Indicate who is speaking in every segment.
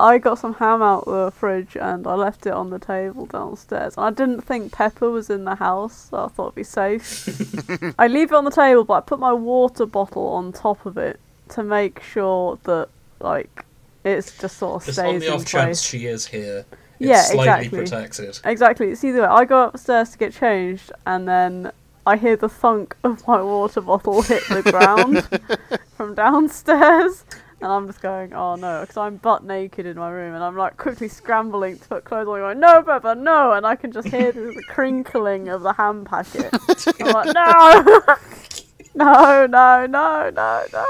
Speaker 1: I got some ham out the fridge and I left it on the table downstairs. I didn't think Pepper was in the house, so I thought it'd be safe. I leave it on the table, but I put my water bottle on top of it to make sure that like it's just sort of
Speaker 2: Just
Speaker 1: stays
Speaker 2: on the
Speaker 1: in
Speaker 2: off
Speaker 1: place.
Speaker 2: chance she is here, it's
Speaker 1: Yeah,
Speaker 2: slightly
Speaker 1: exactly.
Speaker 2: protected.
Speaker 1: Exactly. It's either way. I go upstairs to get changed, and then I hear the thunk of my water bottle hit the ground from downstairs, and I'm just going, "Oh no!" Because I'm butt naked in my room, and I'm like quickly scrambling to put clothes on. Going, "No, Peppa, no!" And I can just hear the, the crinkling of the ham packet. I'm like, "No, no, no, no, no, no."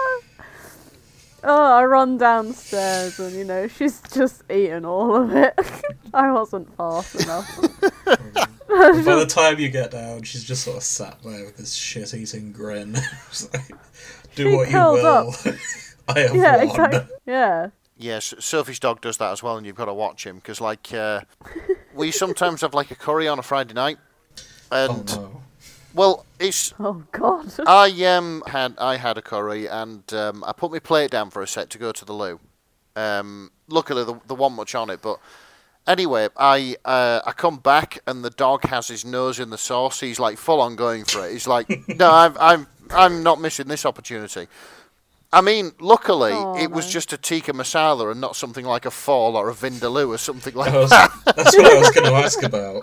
Speaker 1: Oh, I run downstairs and you know she's just eaten all of it. I wasn't fast enough.
Speaker 2: And by the time you get down, she's just sort of sat there with this shit-eating grin. Just like, Do
Speaker 1: She
Speaker 2: what you
Speaker 1: curled
Speaker 2: will. I have
Speaker 1: Yeah,
Speaker 2: won.
Speaker 1: exactly. Yeah,
Speaker 3: Yeah, S- Sophie's dog does that as well, and you've got to watch him because, like, uh, we sometimes have like a curry on a Friday night,
Speaker 2: Oh
Speaker 3: and
Speaker 2: no.
Speaker 3: well, it's
Speaker 1: Oh god.
Speaker 3: I um had I had a curry, and um, I put my plate down for a sec to go to the loo. Um, luckily, there, there wasn't much on it, but anyway, I uh, I come back and the dog has his nose in the sauce. He's like full on going for it. He's like, no, I'm I'm I'm not missing this opportunity. I mean, luckily,
Speaker 1: Oh,
Speaker 3: it was
Speaker 1: no.
Speaker 3: just a tikka masala and not something like a fall or a vindaloo or something like
Speaker 2: I was- that's what I was going to ask about.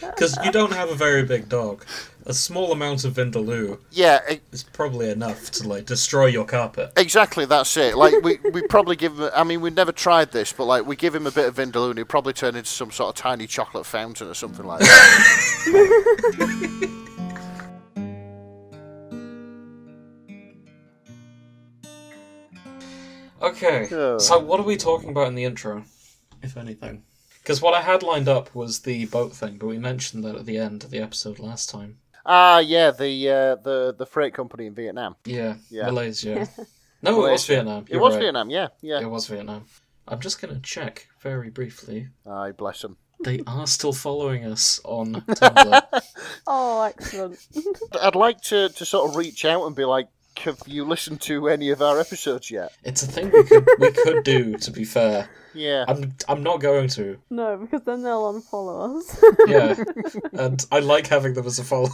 Speaker 2: Because you don't have a very big dog. A small amount of Vindaloo
Speaker 3: Yeah, e-
Speaker 2: is probably enough to like destroy your carpet.
Speaker 3: exactly. That's it. Like we, we probably give. Him, I mean, we never tried this, but like we give him a bit of vindaloo, and he probably turn into some sort of tiny chocolate fountain or something like that.
Speaker 2: Okay,
Speaker 3: Yeah.
Speaker 2: so what are we talking about in the intro, if anything? Because what I had lined up was the boat thing, but we mentioned that at the end of the episode last time.
Speaker 3: Ah, yeah, the uh, the the freight company in Vietnam.
Speaker 2: Yeah,
Speaker 3: Yeah.
Speaker 2: Malaysia. No, it was
Speaker 3: Malaysia.
Speaker 2: Vietnam.
Speaker 3: It
Speaker 2: you're
Speaker 3: was
Speaker 2: right.
Speaker 3: Vietnam. Yeah, yeah.
Speaker 2: It was Vietnam. I'm just going to check very briefly.
Speaker 3: Aye, bless him.
Speaker 2: They are still following us on Tumblr.
Speaker 1: Oh, excellent.
Speaker 3: I'd like to to sort of reach out and be like, have you listened to any of our episodes yet?
Speaker 2: It's a thing we could we could do. To be fair,
Speaker 3: Yeah.
Speaker 2: I'm I'm not going to.
Speaker 1: No, because then they'll unfollow us.
Speaker 2: Yeah, and I like having them as a follower.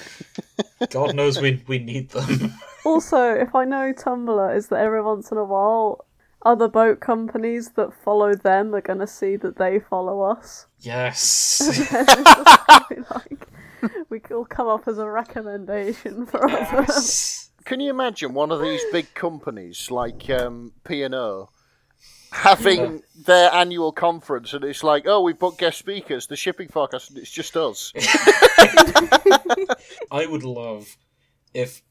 Speaker 2: God knows we we need them.
Speaker 1: also, if I know Tumblr is that every once in a while, other boat companies that follow them are gonna see that they follow us.
Speaker 2: Yes.
Speaker 1: like, we will come up as a recommendation for others.
Speaker 2: yes.
Speaker 3: Can you imagine one of these big companies like um, P and O having their annual conference and it's like, oh, we booked guest speakers, the shipping forecast, and it's just us.
Speaker 2: I would love if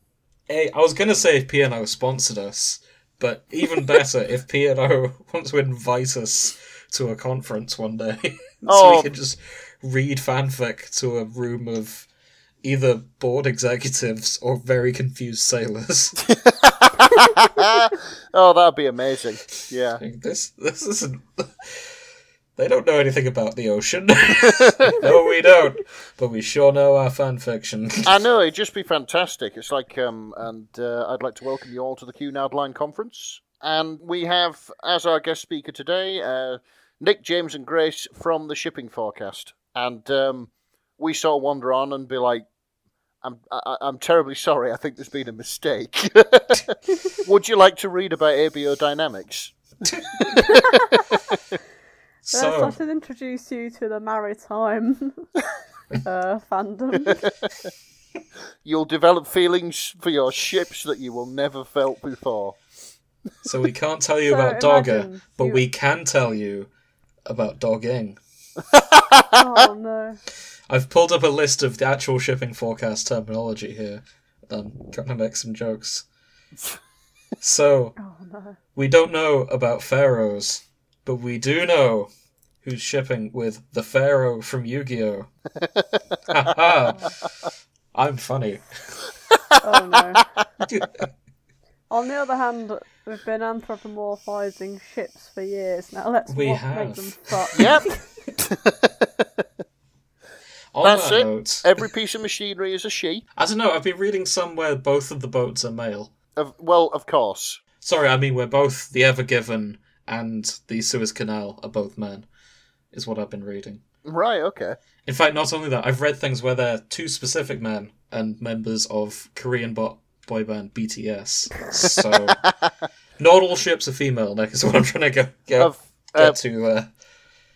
Speaker 2: a I was gonna say if PNO sponsored us, but even better if PNO wants to invite us to a conference one day, so
Speaker 3: Oh.
Speaker 2: we can just read fanfic to a room of either board executives or very confused sailors.
Speaker 3: oh, that'd be amazing. Yeah.
Speaker 2: Like, this this isn't. They don't know anything about the ocean. no, we don't. But we sure know our fan fiction.
Speaker 3: I know it'd just be fantastic. It's like, um, and uh, I'd like to welcome you all to the QNAD Line conference. And we have as our guest speaker today uh, Nick, James, and Grace from the Shipping Forecast. And um, we sort of wander on and be like, "I'm, I, I'm terribly sorry. I think there's been a mistake. Would you like to read about ABO dynamics?
Speaker 1: Let's, I
Speaker 2: so
Speaker 1: should introduce you to the maritime uh, fandom.
Speaker 3: You'll develop feelings for your ships that you will never felt before."
Speaker 2: so we can't tell you
Speaker 1: So
Speaker 2: about Dogger,
Speaker 1: imagine
Speaker 2: but
Speaker 1: you-
Speaker 2: we can tell you about dogging.
Speaker 1: Oh no.
Speaker 2: I've pulled up a list of the actual shipping forecast terminology here. I'm trying to make some jokes. So
Speaker 1: Oh no.
Speaker 2: we don't know about pharaohs, but we do know who's shipping with the pharaoh from Yu-Gi-Oh. Ha ha. I'm funny.
Speaker 1: Oh no. On the other hand, we've been anthropomorphizing ships for years now. Let's
Speaker 2: We
Speaker 1: not
Speaker 2: have.
Speaker 1: make them fuck.
Speaker 3: Yep.
Speaker 2: On
Speaker 3: That's
Speaker 2: that
Speaker 3: it.
Speaker 2: note,
Speaker 3: Every piece of machinery is a she.
Speaker 2: I don't know. I've been reading somewhere both of the boats are male.
Speaker 3: Of, well, of course.
Speaker 2: Sorry, I mean we're both the Ever Given and the Suez Canal are both men, is what I've been reading.
Speaker 3: Right, okay.
Speaker 2: In fact, not only that, I've read things where they're two specific men and members of Korean bo- boy band BTS. So not all ships are female, Nick, is what I'm trying to go, get,
Speaker 3: Of,
Speaker 2: get
Speaker 3: uh,
Speaker 2: to. Uh,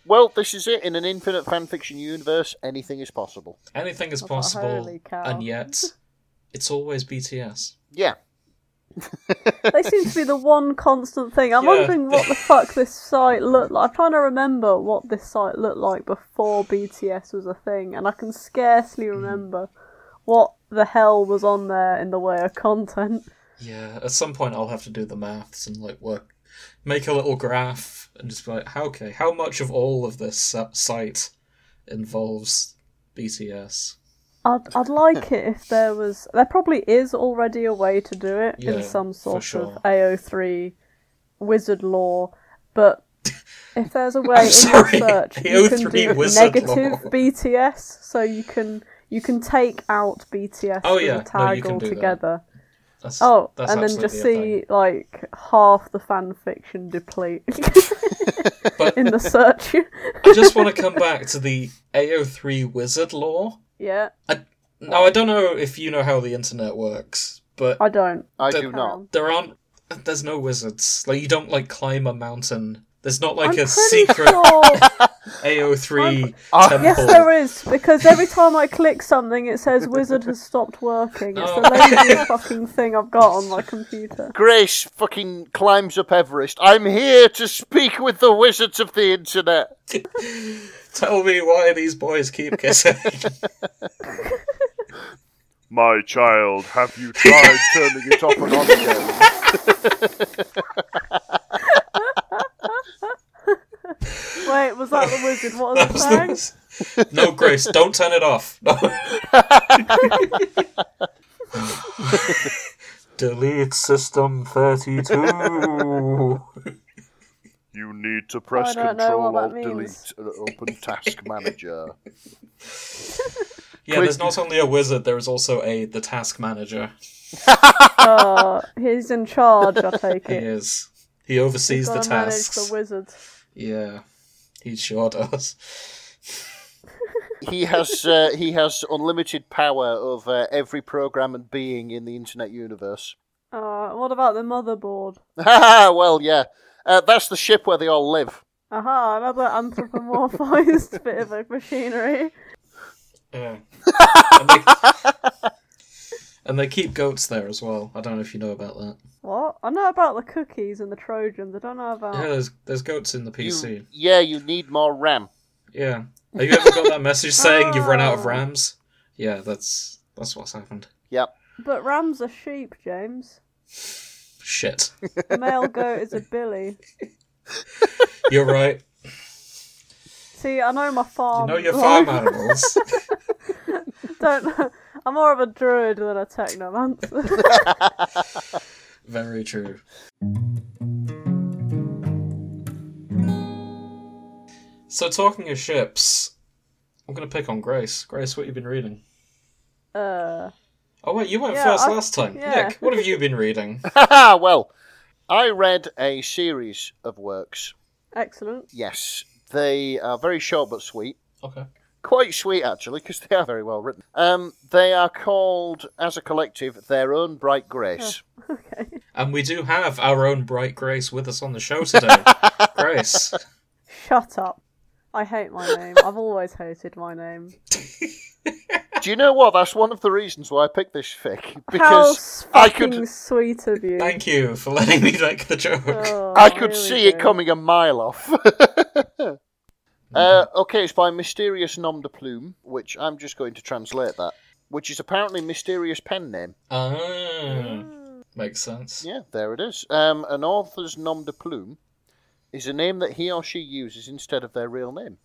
Speaker 3: well, this is it. In an infinite fanfiction universe, anything is possible.
Speaker 2: anything is
Speaker 1: Oh,
Speaker 2: possible,
Speaker 1: holy cow.
Speaker 2: and yet it's always BTS.
Speaker 3: Yeah.
Speaker 1: they seem to be the one constant thing. I'm
Speaker 2: Yeah.
Speaker 1: wondering what the fuck this site looked like. I'm trying to remember what this site looked like before BTS was a thing, and I can scarcely
Speaker 2: Hmm.
Speaker 1: remember what the hell was on there in the way of content.
Speaker 2: Yeah, at some point I'll have to do the maths and like work, make a little graph and just be like, how okay, how much of all of this sa- site involves BTS?
Speaker 1: I'd, I'd like it if there was. There probably is already a way to do it
Speaker 2: Yeah,
Speaker 1: in some
Speaker 2: for
Speaker 1: sort
Speaker 2: sure.
Speaker 1: of AO3 wizard law, but if there's a way in
Speaker 2: sorry,
Speaker 1: your search, you can
Speaker 2: AO3
Speaker 1: do
Speaker 2: wizard
Speaker 1: negative
Speaker 2: lore.
Speaker 1: BTS, so you can you can take out BTS
Speaker 2: Oh,
Speaker 1: from
Speaker 2: yeah, no,
Speaker 1: the
Speaker 2: you
Speaker 1: tag
Speaker 2: can do that.
Speaker 1: altogether.
Speaker 2: That's,
Speaker 1: Oh,
Speaker 2: that's
Speaker 1: and then
Speaker 2: absolutely
Speaker 1: just
Speaker 2: a
Speaker 1: see like half the fan fiction deplete
Speaker 2: thing. But
Speaker 1: in the search.
Speaker 2: I just want to come back to the AO3 wizard lore.
Speaker 1: yeah,
Speaker 2: Now I don't know if you know how the internet works, but
Speaker 1: I don't.
Speaker 3: I
Speaker 2: That-
Speaker 3: do
Speaker 1: Carry
Speaker 3: not.
Speaker 1: on.
Speaker 2: there aren't there's no wizards. Like you don't like climb a mountain. There's not like
Speaker 1: I'm
Speaker 2: a
Speaker 1: pretty
Speaker 2: secret
Speaker 1: sure
Speaker 2: AO3
Speaker 3: I'm-
Speaker 2: temple.
Speaker 1: Yes, there is because every time I click something, it says wizard has stopped working. It's
Speaker 2: Oh.
Speaker 1: the laziest fucking thing I've got on my computer.
Speaker 3: Grace fucking climbs up Everest. I'm here to speak with the wizards of the internet.
Speaker 2: Tell me why these boys keep kissing.
Speaker 4: My child, have you
Speaker 3: Tried
Speaker 4: tried?
Speaker 3: turning it off and on again.
Speaker 1: Wait, was that the wizard? What are
Speaker 2: That
Speaker 1: the
Speaker 2: was
Speaker 1: flags?
Speaker 2: the worst. No, Grace, don't turn it off. No. Delete system 32.
Speaker 4: you need to press
Speaker 1: I don't know
Speaker 4: Control
Speaker 1: what
Speaker 4: Alt
Speaker 1: that
Speaker 4: Delete.
Speaker 1: means.
Speaker 3: to open task manager.
Speaker 2: Yeah, there's not only a wizard, there is also a the task manager.
Speaker 1: Oh, he's in charge. I take
Speaker 2: He
Speaker 1: it.
Speaker 2: is. He oversees the
Speaker 1: Gotta manage
Speaker 2: tasks.
Speaker 1: the wizards.
Speaker 2: yeah, he sure does.
Speaker 3: He has uh, he has unlimited power over every program and being in the internet universe.
Speaker 1: Uh, what about the motherboard?
Speaker 3: well, yeah, uh, that's the ship where they all live.
Speaker 1: Aha, another anthropomorphized bit of a machinery.
Speaker 2: Yeah. and, they, and they keep goats there as well. I don't know if you know about that.
Speaker 1: What? I know about the cookies and the Trojans. I don't know about.
Speaker 2: Yeah, there's, there's goats in the PC.
Speaker 3: You, yeah, you need more RAM.
Speaker 2: Yeah. Have you ever got that message saying you've run out of
Speaker 1: Oh.
Speaker 2: RAMs? Yeah, that's that's what's happened.
Speaker 3: Yep.
Speaker 1: But rams are sheep, James.
Speaker 2: Shit.
Speaker 1: A male goat is a billy.
Speaker 2: You're right.
Speaker 1: See, I know my
Speaker 2: You
Speaker 1: farm.
Speaker 2: know your
Speaker 1: life.
Speaker 2: farm animals.
Speaker 1: don't know. I'm more of a druid than a technomancer.
Speaker 2: Very true. So talking of ships, I'm gonna pick on Grace. Grace, what you been reading?
Speaker 1: uh,
Speaker 2: Oh wait, you went
Speaker 1: Yeah,
Speaker 2: first
Speaker 1: I-
Speaker 2: last time.
Speaker 1: yeah.
Speaker 2: Nick, what have you been reading?
Speaker 3: well, I read a series of works.
Speaker 1: excellent.
Speaker 3: Yes, they are very short but sweet.
Speaker 2: Okay.
Speaker 3: quite sweet actually because they are very well written um, they are called as a collective their own bright grace
Speaker 1: Okay.
Speaker 2: And we do have our own bright Grace with us on the show today. Grace.
Speaker 1: Shut up. I hate my name. I've always hated my name.
Speaker 3: do you know what that's one of the reasons why i picked this fic
Speaker 1: How
Speaker 3: because
Speaker 1: s-
Speaker 3: I
Speaker 1: fucking
Speaker 3: could-
Speaker 1: sweet of you.
Speaker 2: Thank you for letting me make the joke.
Speaker 1: Oh,
Speaker 3: i could
Speaker 1: here we
Speaker 3: see it
Speaker 1: go. Mm-hmm.
Speaker 3: coming a mile off uh, okay it's by mysterious nom de plume which i'm just going to translate that which is apparently mysterious pen name
Speaker 2: Ah, makes sense.
Speaker 3: yeah there it is um, an author's nom de plume is a name that he or she uses instead of their real name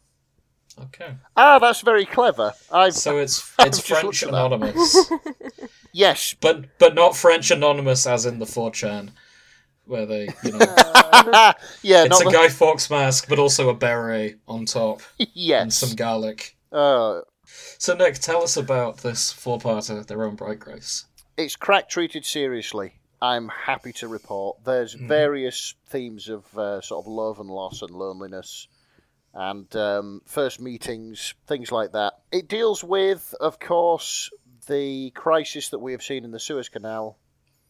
Speaker 2: Okay.
Speaker 3: ah that's very clever i've
Speaker 2: So it's
Speaker 3: I've
Speaker 2: it's
Speaker 3: just
Speaker 2: French
Speaker 3: looked at that.
Speaker 2: anonymous,
Speaker 3: yes
Speaker 2: but but not French anonymous as in the 4chan, where they you know
Speaker 3: yeah
Speaker 2: it's
Speaker 3: not
Speaker 2: a
Speaker 3: the-
Speaker 2: Guy Fawkes mask, but also a beret on top and
Speaker 3: yes.
Speaker 2: some garlic.
Speaker 3: Uh,
Speaker 2: So Nick, tell us about this four-parter, their own bright grace.
Speaker 3: it's crack treated seriously. I'm happy to report there's various themes of uh, sort of love and loss and loneliness and um, first meetings, things like that. It deals with, of course, the crisis that we have seen in the Suez Canal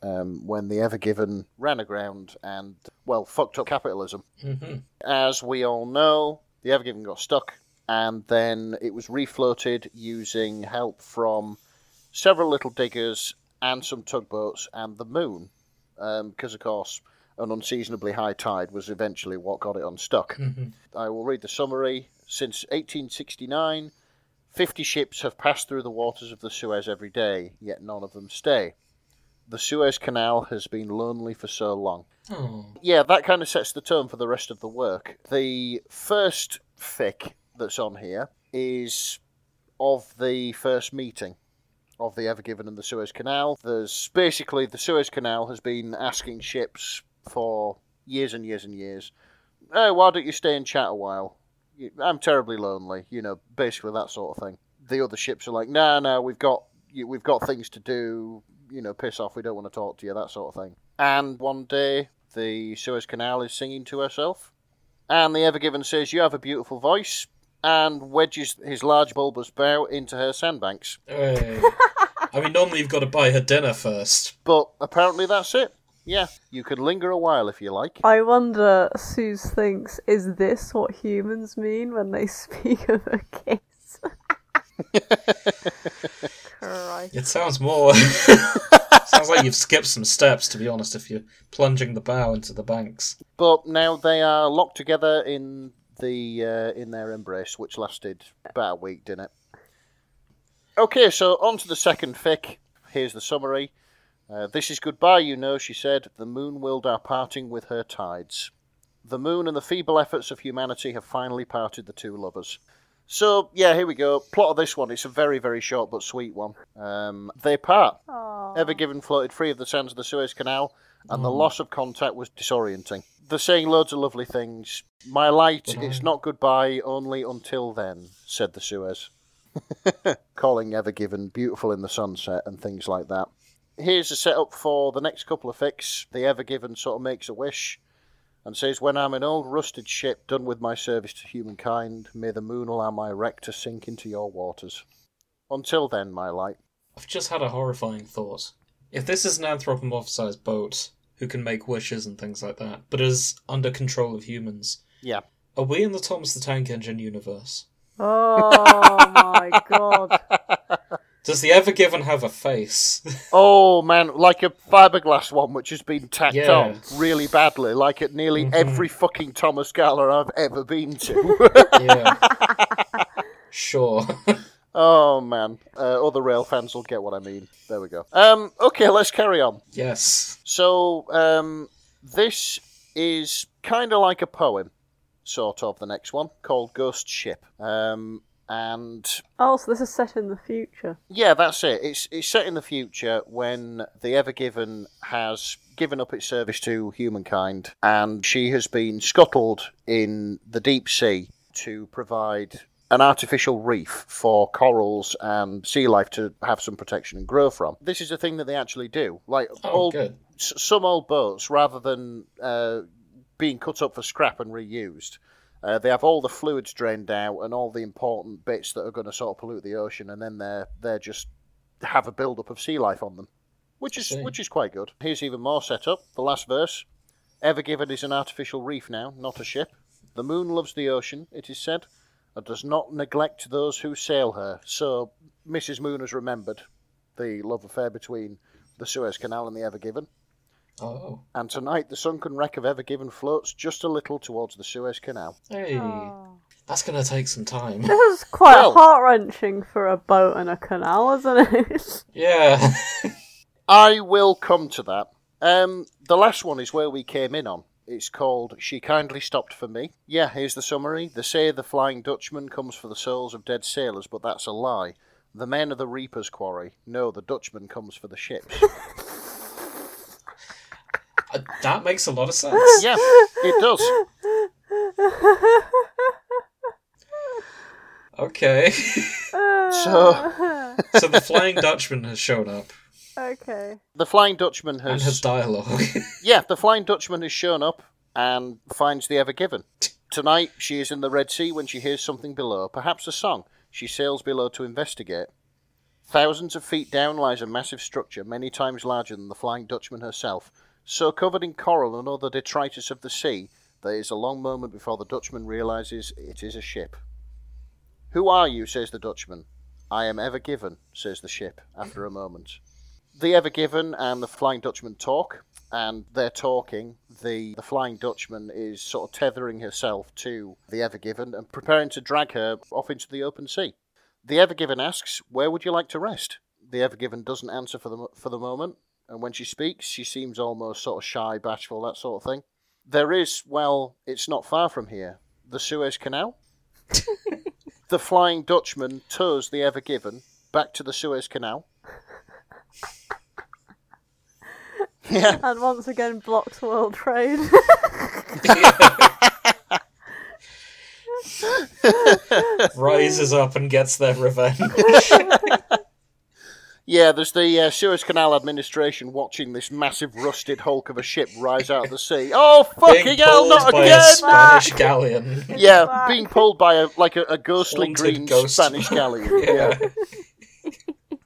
Speaker 3: um, when the Ever Given ran aground and, well, fucked up capitalism.
Speaker 2: hmm
Speaker 3: As we all know, the Ever Given got stuck, and then it was refloated using help from several little diggers and some tugboats and the moon, because of course an unseasonably high tide was eventually what got it unstuck. I will read the summary. Since 1869, 50 ships have passed through the waters of the Suez every day, yet none of them stay. The Suez Canal has been lonely for so long.
Speaker 2: Oh.
Speaker 3: Yeah, that kind of sets the tone for the rest of the work. The first fic that's on here is of the first meeting of the Ever Given and the Suez Canal. There's basically the Suez Canal has been asking ships for years and years and years, "Hey, why don't you stay and chat a while? You- I'm terribly lonely," you know, basically that sort of thing. The other ships are like, "No, no, we've got you- we've got things to do. You know, piss off. We don't want to talk to you. That sort of thing." And one day, the Suez Canal is singing to herself, and the Ever Given says, "You have a beautiful voice." And wedges his large bulbous bow into her sandbanks.
Speaker 2: Hey. I mean, normally you've got to buy her dinner first.
Speaker 3: But apparently that's it. Yeah, you can linger a while if you like.
Speaker 1: I wonder, Suze thinks, is this what humans mean when they speak of a kiss? Christ.
Speaker 2: It sounds more. sounds like you've skipped some steps, to be honest, if you're plunging the bow into the banks.
Speaker 3: But now they are locked together in the uh, in their embrace, which lasted about a week, didn't it? Okay, so on to the second fic. Here's the summary. Uh, this is goodbye, you know, she said. The moon willed our parting with her tides. The moon and the feeble efforts of humanity have finally parted the two lovers. So, yeah, here we go. Plot of this one. It's a very, very short but sweet one. Um, they part.
Speaker 1: Aw.
Speaker 3: Ever Given floated free of the sands of the Suez Canal, and the loss of contact was disorienting. They're saying loads of lovely things. My light, it's not goodbye, only until then, said the Suez. Calling Ever Given beautiful in the sunset and things like that. Here's a setup for the next couple of fics. The Ever Given sort of makes a wish and says, When I'm an old rusted ship done with my service to humankind, may the moon allow my wreck to sink into your waters. Until then, my light.
Speaker 2: I've just had a horrifying thought. If this is an anthropomorphized boat who can make wishes and things like that, but is under control of humans,
Speaker 3: Yeah.
Speaker 2: are we in the Thomas the Tank Engine universe?
Speaker 1: Oh my god.
Speaker 2: Does the Ever Given have a face?
Speaker 3: Oh man, like a fiberglass one which has been tacked
Speaker 2: Yeah.
Speaker 3: on really badly, like at nearly every fucking Thomas Gala I've ever been to.
Speaker 2: yeah. Sure.
Speaker 3: oh man, uh, other rail fans will get what I mean. There we go. Um, okay, let's carry on.
Speaker 2: yes.
Speaker 3: So um, this is kind of like a poem, sort of. The next one called Ghost Ship, um, and
Speaker 1: Oh, so this is set in the future.
Speaker 3: Yeah, that's it. It's it's set in the future when the Ever Given has given up its service to humankind, and she has been scuttled in the deep sea to provide an artificial reef for corals and sea life to have some protection and grow from. This is a thing that they actually do. Like
Speaker 2: Oh,
Speaker 3: old,
Speaker 2: good.
Speaker 3: s- some old boats, rather than uh, being cut up for scrap and reused, uh, they have all the fluids drained out and all the important bits that are going to sort of pollute the ocean, and then they're they're just have a build up of sea life on them, which is
Speaker 2: see.
Speaker 3: which is quite good. Here's even more setup. The last verse: Ever given is an artificial reef now, not a ship. The moon loves the ocean, it is said, and does not neglect those who sail her. So Mrs. Moon has remembered the love affair between the Suez Canal and the Ever Given.
Speaker 2: Oh.
Speaker 3: And tonight, the sunken wreck of Ever Given floats just a little towards the Suez Canal.
Speaker 2: Hey.
Speaker 1: Oh.
Speaker 2: That's going to take some time.
Speaker 1: This is quite
Speaker 3: Well-
Speaker 1: heart wrenching for a boat and a canal, isn't it?
Speaker 2: Yeah.
Speaker 3: I will come to that. Um, the last one is where we came in on. It's called She Kindly Stopped for Me. Yeah, here's the summary. They say the Flying Dutchman comes for the souls of dead sailors, but that's a lie. The men are the Reaper's quarry. No, the Dutchman comes for the ships.
Speaker 2: Uh, that makes a lot of sense.
Speaker 3: yeah, it does.
Speaker 2: Okay.
Speaker 1: Uh,
Speaker 3: So,
Speaker 2: so the Flying Dutchman has shown up.
Speaker 1: okay.
Speaker 3: the Flying Dutchman
Speaker 2: and
Speaker 3: has,
Speaker 2: has dialogue.
Speaker 3: yeah, the Flying Dutchman has shown up and finds the Ever Given. Tonight, she is in the Red Sea when she hears something below, perhaps a song. She sails below to investigate. Thousands of feet down lies a massive structure, many times larger than the Flying Dutchman herself, so covered in coral and other detritus of the sea that it is a long moment before the Dutchman realizes it is a ship. Who are you? says the Dutchman. I am Ever Given, says the ship, after a moment. The Ever Given and the Flying Dutchman talk, and they're talking. The, the Flying Dutchman is sort of tethering herself to the Ever Given and preparing to drag her off into the open sea. The Ever Given asks, Where would you like to rest? The Ever Given doesn't answer for the, mo- for the moment, and when she speaks, she seems almost sort of shy, bashful, that sort of thing. There is, well, it's not far from here, the Suez Canal. the Flying Dutchman tows the Ever Given back to the Suez Canal. Yeah.
Speaker 1: And once again blocks world trade.
Speaker 2: Rises up and gets their revenge.
Speaker 3: Yeah, there's the uh, Suez Canal Administration watching this massive rusted hulk of a ship rise out of the sea. Oh,
Speaker 2: Being
Speaker 3: fucking hell,
Speaker 2: pulled
Speaker 3: not
Speaker 2: by
Speaker 3: again!
Speaker 2: a Spanish galleon.
Speaker 3: Yeah,
Speaker 1: Fuck.
Speaker 3: being pulled by a like a, a ghostly
Speaker 2: Haunted
Speaker 3: green
Speaker 2: ghost.
Speaker 3: Spanish galleon.
Speaker 2: Yeah.
Speaker 3: yeah.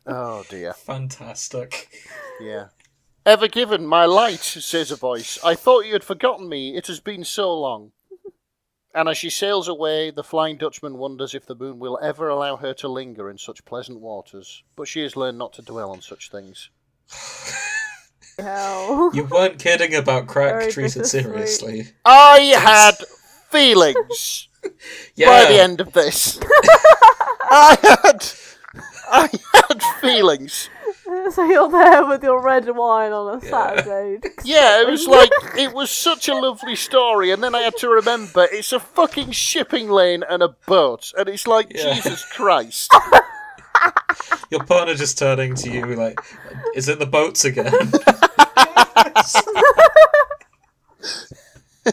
Speaker 3: Oh dear.
Speaker 2: Fantastic.
Speaker 3: Yeah. Ever given my light, says a voice. I thought you had forgotten me. It has been so long. And as she sails away, the Flying Dutchman wonders if the moon will ever allow her to linger in such pleasant waters. But she has learned not to dwell on such things.
Speaker 1: Hell.
Speaker 2: You weren't kidding about crack
Speaker 1: Very
Speaker 2: treated
Speaker 1: bittersweet.
Speaker 2: seriously.
Speaker 3: I had feelings. by the
Speaker 2: Yeah.
Speaker 3: end of this. I had I had feelings.
Speaker 1: so you're there with your red wine on a Saturday.
Speaker 3: Yeah, it was like it was such a lovely story, and then I had to remember it's a fucking shipping lane and a boat, and it's like
Speaker 2: Yeah.
Speaker 3: Jesus Christ.
Speaker 2: Your partner just turning to you like, is it the boats again?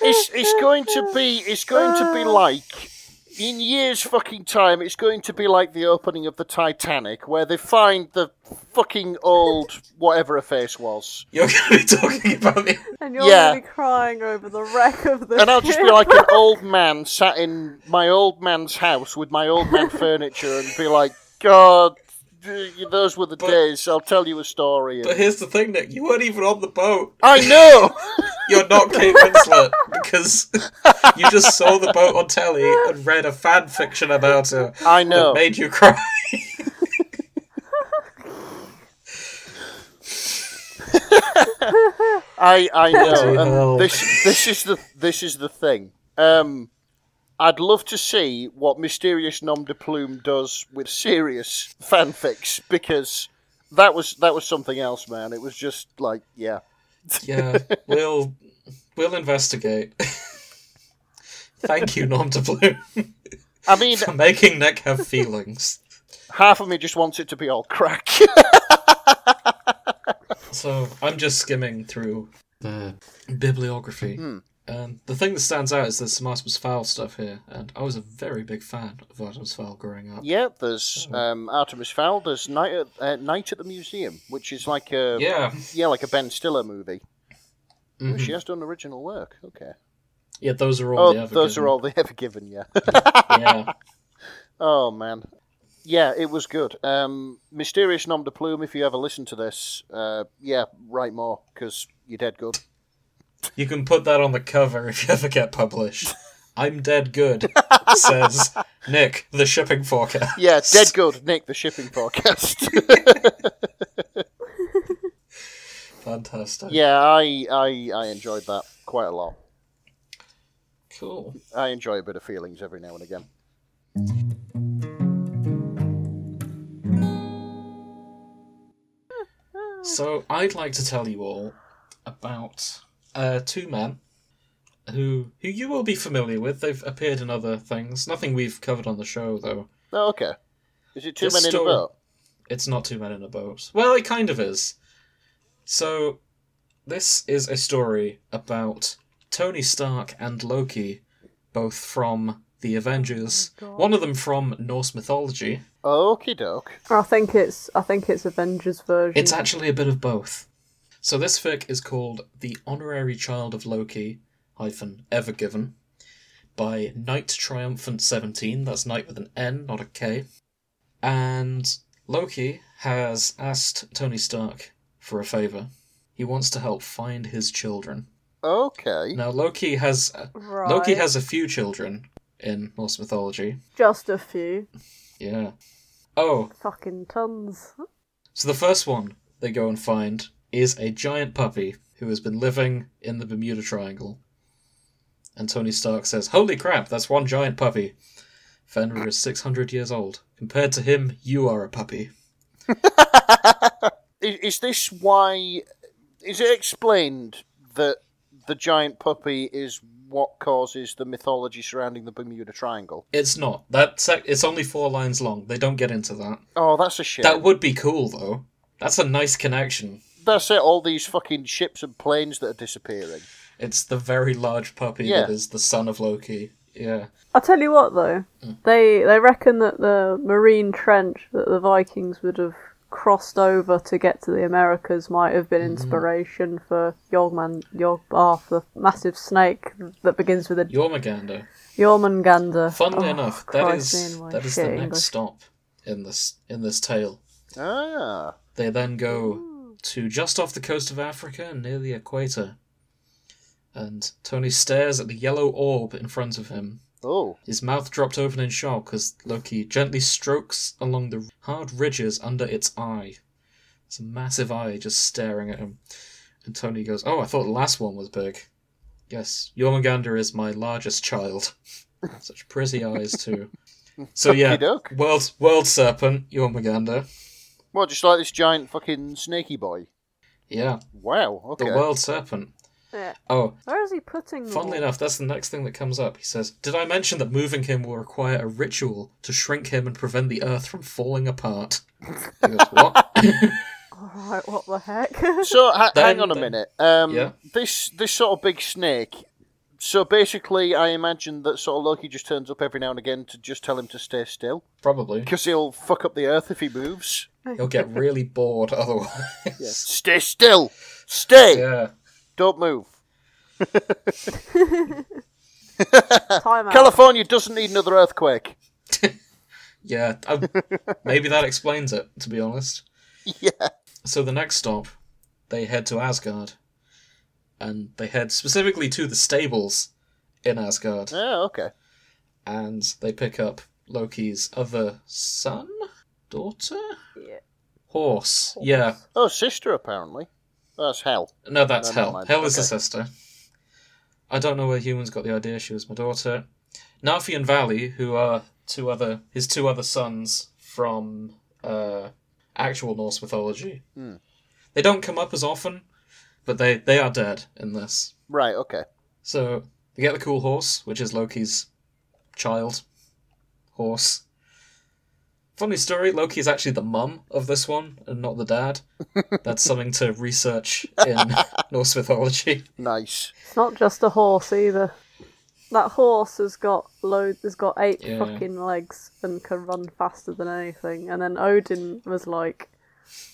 Speaker 3: It's it's going to be it's going to
Speaker 2: Uh.
Speaker 3: be like in years fucking time it's going to be like the opening of the Titanic where they find the fucking old whatever her face was.
Speaker 2: You're going to be talking about the
Speaker 1: And you're
Speaker 3: Yeah.
Speaker 1: really crying over the wreck of the
Speaker 3: And I'll just
Speaker 1: ship.
Speaker 3: be like an old man sat in my old man's house with my old man furniture and be like, God, th- those were the
Speaker 2: But-
Speaker 3: days. I'll tell you a story.
Speaker 2: But here's the thing, Nick. You weren't even on the boat.
Speaker 3: I know!
Speaker 2: You're not Kate Winslet because you just saw the boat on telly and read a fan fiction about her
Speaker 3: I
Speaker 2: that
Speaker 3: know.
Speaker 2: made you cry.
Speaker 3: I, I
Speaker 2: Bloody
Speaker 3: know.
Speaker 2: hell.
Speaker 3: And this, this, is the, this is the thing. Um, I'd love to see what Mysterious Nom de Plume does with serious fanfics because that was that was something else, man. It was just like, yeah.
Speaker 2: Yeah, we'll we'll investigate. Thank you, Nom de Bloom,
Speaker 3: I mean,
Speaker 2: for making Nick have feelings.
Speaker 3: half of me just wants it to be all crack.
Speaker 2: So I'm just skimming through the bibliography.
Speaker 3: Hmm.
Speaker 2: And the thing that stands out is there's some Artemis Fowl stuff here, and I was a very big fan of Artemis Fowl growing up.
Speaker 3: Yeah, there's um, Artemis Fowl. There's Night at, uh, Night at the Museum, which is like a yeah,
Speaker 2: Yeah,
Speaker 3: like a Ben Stiller movie. Oh,
Speaker 2: mhm.
Speaker 3: She has done original work. Okay.
Speaker 2: yeah, those are all.
Speaker 3: Oh,
Speaker 2: the other
Speaker 3: those
Speaker 2: good-
Speaker 3: are all they ever given. Yeah.
Speaker 2: Yeah,
Speaker 3: oh man. Yeah, it was good. Um, Mysterious Nom de Plume. If you ever listen to this, uh, yeah, write more because you're dead good.
Speaker 2: you can put that on the cover if you ever get published. I'm dead good, says Nick, the shipping forecast.
Speaker 3: Yeah, dead good. Nick, the shipping forecast.
Speaker 2: Fantastic.
Speaker 3: yeah, I, I I enjoyed that quite a lot.
Speaker 2: Cool.
Speaker 3: I enjoy a bit of feelings every now and again.
Speaker 2: So I'd like to tell you all about uh, two men who who you will be familiar with. They've appeared in other things. Nothing we've covered on the show though.
Speaker 3: Oh, okay. Is it two
Speaker 2: Just
Speaker 3: men in a
Speaker 2: still-
Speaker 3: boat?
Speaker 2: It's not two men in a boat. Well, it kind of is. So this is a story about Tony Stark and Loki, both from the Avengers.
Speaker 1: Oh,
Speaker 2: One
Speaker 1: God.
Speaker 2: of them from Norse mythology,
Speaker 3: Okie doke.
Speaker 1: I think it's I think it's Avengers version.
Speaker 2: It's actually a bit of both. So this fic is called The Honorary Child of Loki hyphen ever given by Knight Triumphant 17. That's Knight with an N, not a K. And Loki has asked Tony Stark for a favor. He wants to help find his children.
Speaker 3: Okay.
Speaker 2: Now Loki has
Speaker 1: right.
Speaker 2: Loki has a few children in Norse mythology.
Speaker 1: just a few
Speaker 2: Yeah. Oh,
Speaker 1: fucking tons.
Speaker 2: So the first one they go and find is a giant puppy who has been living in the Bermuda Triangle. And Tony Stark says, Holy crap, that's one giant puppy. Fenrir is 600 years old. Compared to him, you are a puppy.
Speaker 3: Is, is this why? Is it explained that the giant puppy is what causes the mythology surrounding the Bermuda Triangle?
Speaker 2: It's not. That sec- It's only four lines long. They don't get into that.
Speaker 3: Oh, that's a shame.
Speaker 2: That would be cool, though. That's a nice connection.
Speaker 3: That's it. All these fucking ships and planes that are disappearing.
Speaker 2: It's the very large puppy that
Speaker 3: Yeah.
Speaker 2: is the son of Loki. Yeah.
Speaker 1: I tell you what though,
Speaker 2: Mm.
Speaker 1: they they reckon that the marine trench that the Vikings would have crossed over to get to the Americas might have
Speaker 2: Mm.
Speaker 1: been inspiration for Jorman Jorbarth, the massive snake that begins with a
Speaker 2: Jormungandr.
Speaker 1: Jormungandr.
Speaker 2: Funnily
Speaker 1: Oh,
Speaker 2: enough, that
Speaker 1: Christ,
Speaker 2: is
Speaker 1: me and my
Speaker 2: that is
Speaker 1: shit
Speaker 2: the next
Speaker 1: English.
Speaker 2: stop in this in this tale.
Speaker 3: Ah,
Speaker 2: They then go to just off the coast of Africa, near the equator. And Tony stares at the yellow orb in front of him.
Speaker 3: oh,
Speaker 2: His mouth dropped open in shock as Loki gently strokes along the hard ridges under its eye. It's a massive eye just staring at him. And Tony goes, Oh, I thought the last one was big. Yes, Jormungandr is my largest child. Such pretty eyes, too. So, yeah,
Speaker 3: Okey-doke.
Speaker 2: world, world serpent, Jormungandr.
Speaker 3: well, just like this giant fucking snaky boy.
Speaker 2: Yeah,
Speaker 3: Wow.
Speaker 2: the
Speaker 3: Okay.
Speaker 2: world serpent.
Speaker 1: Yeah.
Speaker 2: Oh,
Speaker 1: Where is he putting them?
Speaker 2: funnily
Speaker 1: all?
Speaker 2: enough, that's the next thing that comes up. He says, Did I mention that moving him will require a ritual to shrink him and prevent the earth from falling apart? He goes, what?
Speaker 1: Alright, what the heck?
Speaker 3: so ha-
Speaker 2: Then-
Speaker 3: hang on a
Speaker 2: then-
Speaker 3: minute. Um,
Speaker 2: Yeah.
Speaker 3: This this sort of big snake. So basically, I imagine that sort of Loki just turns up every now and again to just tell him to stay still
Speaker 2: Probably.
Speaker 3: because he'll fuck up the earth if he moves.
Speaker 2: He'll get really bored otherwise.
Speaker 3: Stay still. Stay.
Speaker 2: yeah.
Speaker 3: Don't move.
Speaker 1: Time out.
Speaker 3: California doesn't need another earthquake.
Speaker 2: Yeah. I- maybe that explains it, to be honest.
Speaker 3: Yeah.
Speaker 2: So the next stop, they head to Asgard. And they head specifically to the stables in Asgard.
Speaker 3: Oh, okay.
Speaker 2: And they pick up Loki's other son? Daughter?
Speaker 1: Yeah.
Speaker 2: Horse. Yeah.
Speaker 3: Oh, sister apparently. That's hell.
Speaker 2: No, that's
Speaker 3: No, never
Speaker 2: Hell.
Speaker 3: mind.
Speaker 2: Hell is the
Speaker 3: Okay.
Speaker 2: sister. I don't know where humans got the idea she was my daughter. Nafi and Valley, who are two other his two other sons from uh, actual Norse mythology,
Speaker 3: Hmm.
Speaker 2: they don't come up as often, but they they are dead in this.
Speaker 3: Right. Okay.
Speaker 2: So they get the cool horse, which is Loki's child horse. Funny story, Loki is actually the mum of this one and not the dad. That's something to research in Norse mythology.
Speaker 3: Nice.
Speaker 1: It's not just a horse either. That horse has got loads. Has got eight
Speaker 2: Yeah.
Speaker 1: fucking legs and can run faster than anything. And then Odin was like,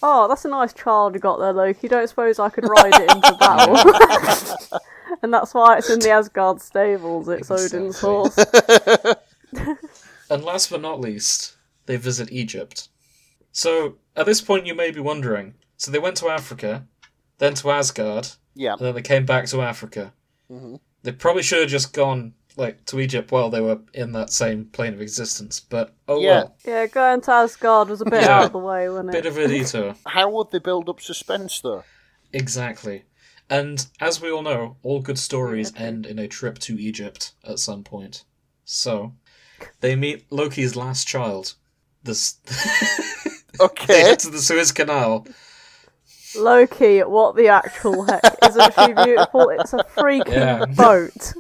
Speaker 1: "Oh, that's a nice child you got there, Loki. You don't suppose I could ride it into battle?" and that's why it's in the Asgard stables. It's Odin's
Speaker 2: Exactly.
Speaker 1: horse.
Speaker 3: Mm-hmm.
Speaker 2: And last but not least, they visit Egypt. So at this point, you may be wondering so they went to Africa, then to Asgard,
Speaker 3: Yeah.
Speaker 2: and then they came back to Africa. They probably should have just gone like to Egypt while they were in that same plane of existence, but oh
Speaker 3: Yeah.
Speaker 2: well.
Speaker 1: yeah, going to Asgard was a bit
Speaker 2: Yeah.
Speaker 1: out of the way, wasn't
Speaker 2: Bit
Speaker 1: it?
Speaker 2: of a detour.
Speaker 3: How would they build up suspense though?
Speaker 2: Exactly. And as we all know, all good stories end in a trip to Egypt at some point. So, they meet Loki's last child. This they
Speaker 3: Okay.
Speaker 2: head to the Suez Canal.
Speaker 1: Loki, what the actual heck? Isn't she beautiful? It's a freaking
Speaker 2: Yeah.
Speaker 1: boat.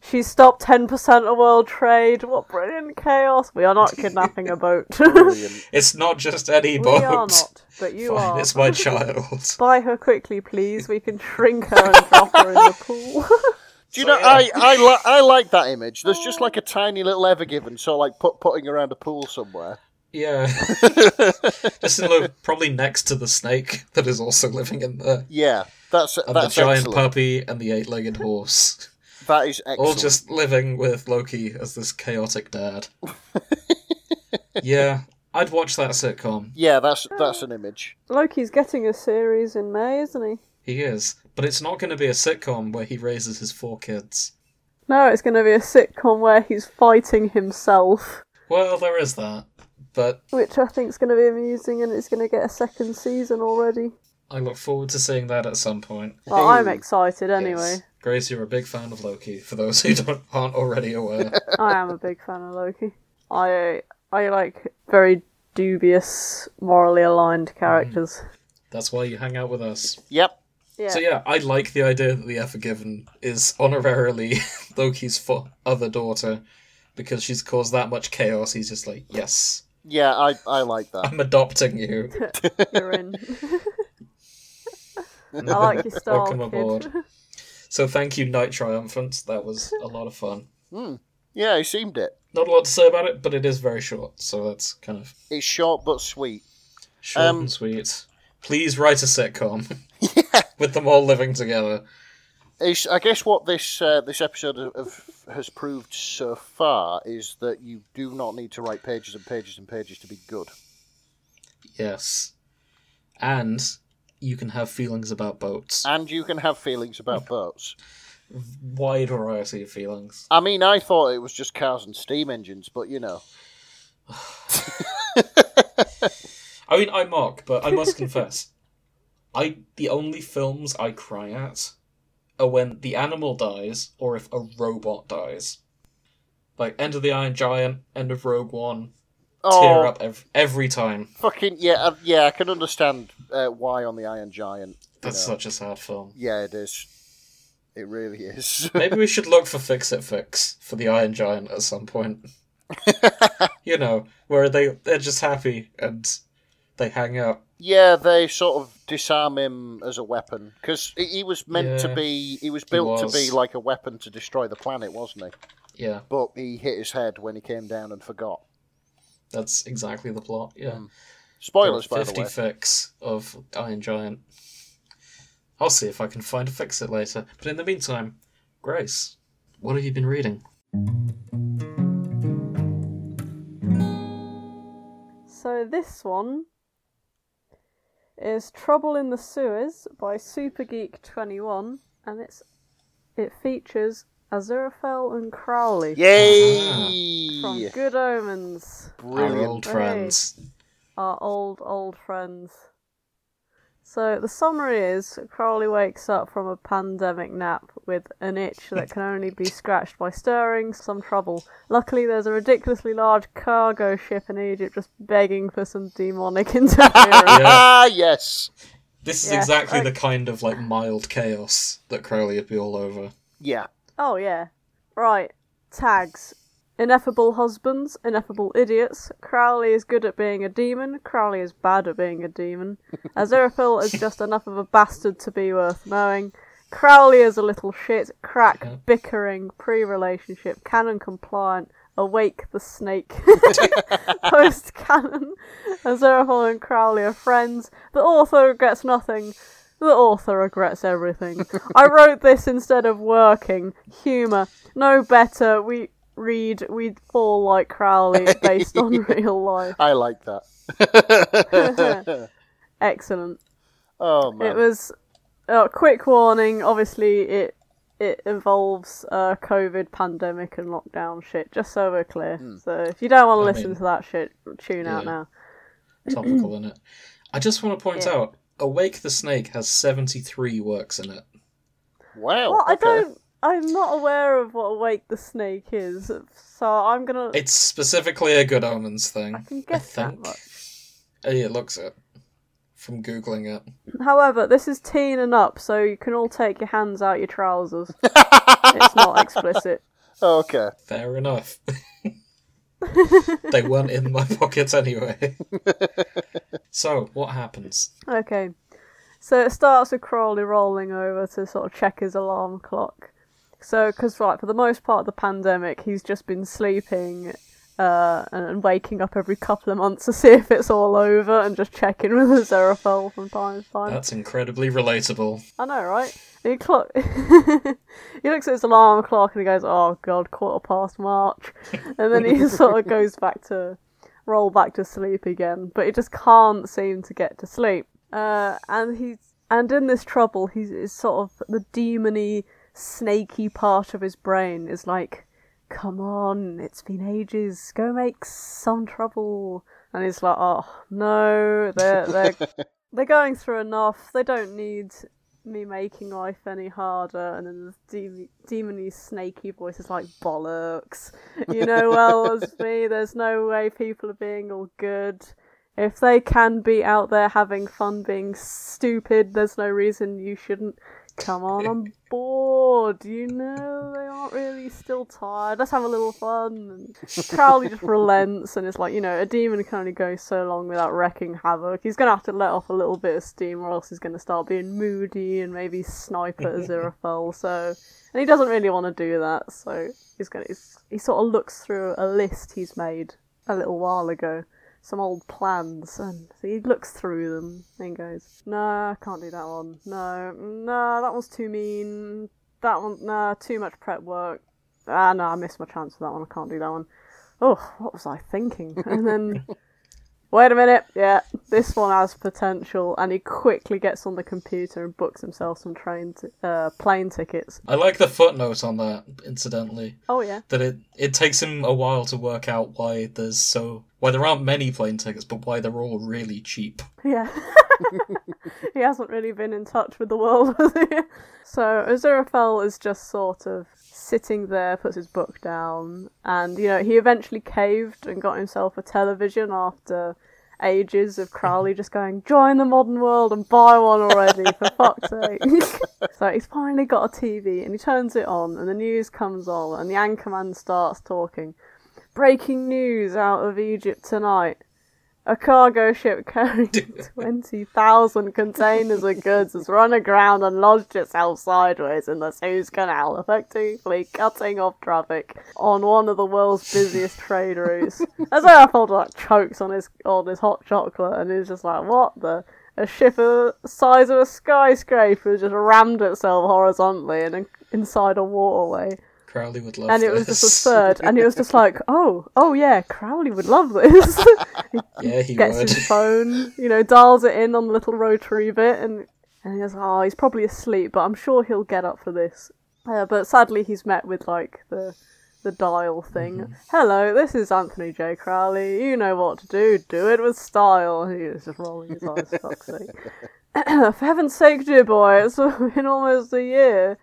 Speaker 1: She stopped 10% of world trade. What brilliant chaos. We are not kidnapping a boat. we
Speaker 3: Brilliant.
Speaker 2: It's not just any boat.
Speaker 1: are not, but you
Speaker 2: Fine,
Speaker 1: are.
Speaker 2: It's my child.
Speaker 1: Buy her quickly, please. We can shrink her and drop her in the pool.
Speaker 3: Do you know?
Speaker 2: yeah.
Speaker 3: I I, li- I like that image. There's just like a tiny little ever given, so like put putting around a pool somewhere.
Speaker 2: Yeah. Just in the, probably next to the snake that is also living in there.
Speaker 3: Yeah, that's
Speaker 2: And
Speaker 3: that's
Speaker 2: the giant
Speaker 3: excellent.
Speaker 2: puppy and the eight legged horse.
Speaker 3: That is excellent.
Speaker 2: All just living with Loki as this chaotic dad. yeah, I'd watch that sitcom.
Speaker 3: Yeah, that's that's an image.
Speaker 1: Loki's getting a series in May, isn't he?
Speaker 2: He is. But it's not going to be a sitcom where he raises his four kids.
Speaker 1: No, it's going to be a sitcom where he's fighting himself,
Speaker 2: Well, there is that. But
Speaker 1: which I think's going to be amusing, and it's going to get a second season already.
Speaker 2: I look forward to seeing that at some point.
Speaker 1: Well, I'm excited anyway.
Speaker 2: Yes. Grace, you're a big fan of Loki, for those who don't, aren't already aware.
Speaker 1: I am a big fan of Loki. I I like very dubious, morally
Speaker 2: Mm.
Speaker 1: aligned characters.
Speaker 2: That's why you hang out with us.
Speaker 3: Yep.
Speaker 1: Yeah.
Speaker 2: So yeah, I like the idea that the Evergiven is honorarily Loki's fo- other daughter because she's caused that much chaos. He's just like, yes,
Speaker 3: Yeah, I, I like that.
Speaker 2: I'm adopting you.
Speaker 1: You're in. I like your style,
Speaker 2: Welcome
Speaker 1: kid.
Speaker 2: aboard. So thank you, Night Triumphant. That was a lot of fun.
Speaker 3: Yeah, he seemed it.
Speaker 2: Not a lot to say about it, but it is very short, so that's kind of
Speaker 3: It's short but sweet.
Speaker 2: short
Speaker 3: Um,
Speaker 2: and sweet. Please write a sitcom with them all living together.
Speaker 3: It's, I guess what this uh, this episode of, of has proved so far is that you do not need to write pages and pages and pages to be good.
Speaker 2: Yes, and you can have feelings about boats.
Speaker 3: And you can have feelings about boats.
Speaker 2: Wide variety of feelings.
Speaker 3: I mean, I thought it was just cars and steam engines, but you know,
Speaker 2: I mean, I mock, but I must confess, I the only films I cry at are when the animal dies or if a robot dies. Like End of the Iron Giant, End of Rogue One, tear
Speaker 3: oh,
Speaker 2: up ev- every time.
Speaker 3: fucking yeah, uh, yeah. I can understand uh, why on the Iron Giant. you
Speaker 2: That's
Speaker 3: know.
Speaker 2: such a sad film.
Speaker 3: yeah, it is. It really is.
Speaker 2: Maybe we should look for Fix It Fix for the Iron Giant at some point. you know, where they they're just happy and they hang out.
Speaker 3: Yeah, they sort of disarm him as a weapon because he was meant to
Speaker 2: Yeah,
Speaker 3: be. He was built
Speaker 2: was.
Speaker 3: to be like a weapon to destroy the planet, wasn't he?
Speaker 2: Yeah.
Speaker 3: But he hit his head when he came down and forgot.
Speaker 2: That's exactly the plot. Yeah.
Speaker 3: Spoilers, by the
Speaker 2: 50
Speaker 3: way.
Speaker 2: fix of Iron Giant. I'll see if I can find a fix it later. But in the meantime, Grace, what have you been reading?
Speaker 1: So this one is Trouble in the Sewers by Super Geek 21 and it's it features Aziraphale and Crowley from
Speaker 3: Yay!
Speaker 1: Good Omens.
Speaker 2: Our
Speaker 3: Brilliant.
Speaker 2: old friends.
Speaker 1: our old, old friends. So the summary is Crowley wakes up from a pandemic nap with an itch that can only be scratched by stirring some trouble. Luckily, there's a ridiculously large cargo ship in Egypt just begging for some demonic interference.
Speaker 3: Ah, yes,
Speaker 2: This is
Speaker 1: Yeah,
Speaker 2: exactly
Speaker 1: like-
Speaker 2: the kind of like mild chaos that Crowley would be all over.
Speaker 3: yeah.
Speaker 1: oh, yeah. Right. Tags. Ineffable husbands, ineffable idiots. Crowley is good at being a demon. Crowley is bad at being a demon. Aziraphil is just enough of a bastard to be worth knowing. Crowley is a little shit. Crack, bickering, pre relationship, canon compliant. Awake the snake. Post canon. Aziraphil and Crowley are friends. The author regrets nothing. The author regrets everything. I wrote this instead of working. Humour. No better. We read, we fall like Crowley based on real life.
Speaker 3: I like that.
Speaker 1: Excellent.
Speaker 3: Oh man.
Speaker 1: It was uh, quick warning. Obviously, it it involves uh, COVID pandemic and lockdown shit. Just so we're clear. So if you don't want to
Speaker 2: Hmm. I
Speaker 1: listen
Speaker 2: mean-
Speaker 1: to that shit, tune out
Speaker 2: Yeah.
Speaker 1: now.
Speaker 2: Topical in it. I just want to point out Awake the Snake has 73 works in it.
Speaker 3: Wow.
Speaker 2: Oh,
Speaker 1: Well, I
Speaker 3: okay.
Speaker 1: don't. I'm not aware of what Awake the Snake is, so I'm gonna.
Speaker 2: It's specifically a Good Omens thing. I
Speaker 1: can guess that
Speaker 2: think.
Speaker 1: much.
Speaker 2: Uh, yeah, it looks it from Googling it.
Speaker 1: However, this is teen and up, so you can all take your hands out your trousers. it's not explicit.
Speaker 3: Okay.
Speaker 2: Fair enough. they weren't in my pockets anyway. so, what happens?
Speaker 1: Okay. So it starts with Crawley rolling over to sort of check his alarm clock. So, because, right, for the most part of the pandemic, he's just been sleeping uh, and, and waking up every couple of months to see if it's all over and just checking with a Xerophil from time to time.
Speaker 2: That's incredibly relatable.
Speaker 1: I know, right? And he clock. he looks at his alarm clock and he goes, "Oh God, quarter past March," and then he sort of goes back to roll back to sleep again. But he just can't seem to get to sleep. Uh, and he's and in this trouble, he's is sort of the demony, snaky part of his brain is like, "Come on, it's been ages. Go make some trouble." And he's like, "Oh no, they're they're." They're going through enough. They don't need me making life any harder and then this de- demony snaky voice is like bollocks you know well as me there's no way people are being all good if they can be out there having fun being stupid there's no reason you shouldn't come on i'm bored you know they aren't really still tired let's have a little fun and crowley just relents and it's like you know a demon can only go so long without wrecking havoc he's gonna have to let off a little bit of steam or else he's gonna start being moody and maybe snipe at xerophil so and he doesn't really want to do that so he's gonna he's, he sort of looks through a list he's made a little while ago some old plans, and he looks through them and goes, "No, I can't do that one. No, no, that one's too mean. That one, no, too much prep work. Ah, no, I missed my chance for that one. I can't do that one. Oh, what was I thinking?" And then, wait a minute, yeah, this one has potential, and he quickly gets on the computer and books himself some train, t- uh, plane tickets.
Speaker 2: I like the footnote on that, incidentally.
Speaker 1: Oh yeah,
Speaker 2: that it it takes him a while to work out why there's so why there aren't many plane tickets, but why they're all really cheap.
Speaker 1: Yeah. he hasn't really been in touch with the world, has he? So Aziraphale is just sort of sitting there, puts his book down, and you know, he eventually caved and got himself a television after ages of Crowley just going, join the modern world and buy one already, for fuck's sake. so he's finally got a TV and he turns it on and the news comes on and the anchorman starts talking. Breaking news out of Egypt tonight. A cargo ship carrying 20,000 containers of goods has run aground and lodged itself sideways in the Suez Canal, effectively cutting off traffic on one of the world's busiest trade routes. As I thought, like chokes on his on his hot chocolate, and he's just like, "What the?" A ship the size of a skyscraper just rammed itself horizontally and in- inside a waterway
Speaker 2: Crowley would love
Speaker 1: and
Speaker 2: this.
Speaker 1: it was just absurd. And he was just like, "Oh, oh yeah, Crowley would love this." he
Speaker 2: Yeah, he
Speaker 1: gets
Speaker 2: would.
Speaker 1: his phone, you know, dials it in on the little rotary bit, and and he goes, "Oh, he's probably asleep, but I'm sure he'll get up for this." Uh, but sadly, he's met with like the the dial thing. Hello, this is Anthony J. Crowley. You know what to do. Do it with style. He was just rolling his eyes. Fuck's sake. for heaven's sake, dear boy, it's been almost a year.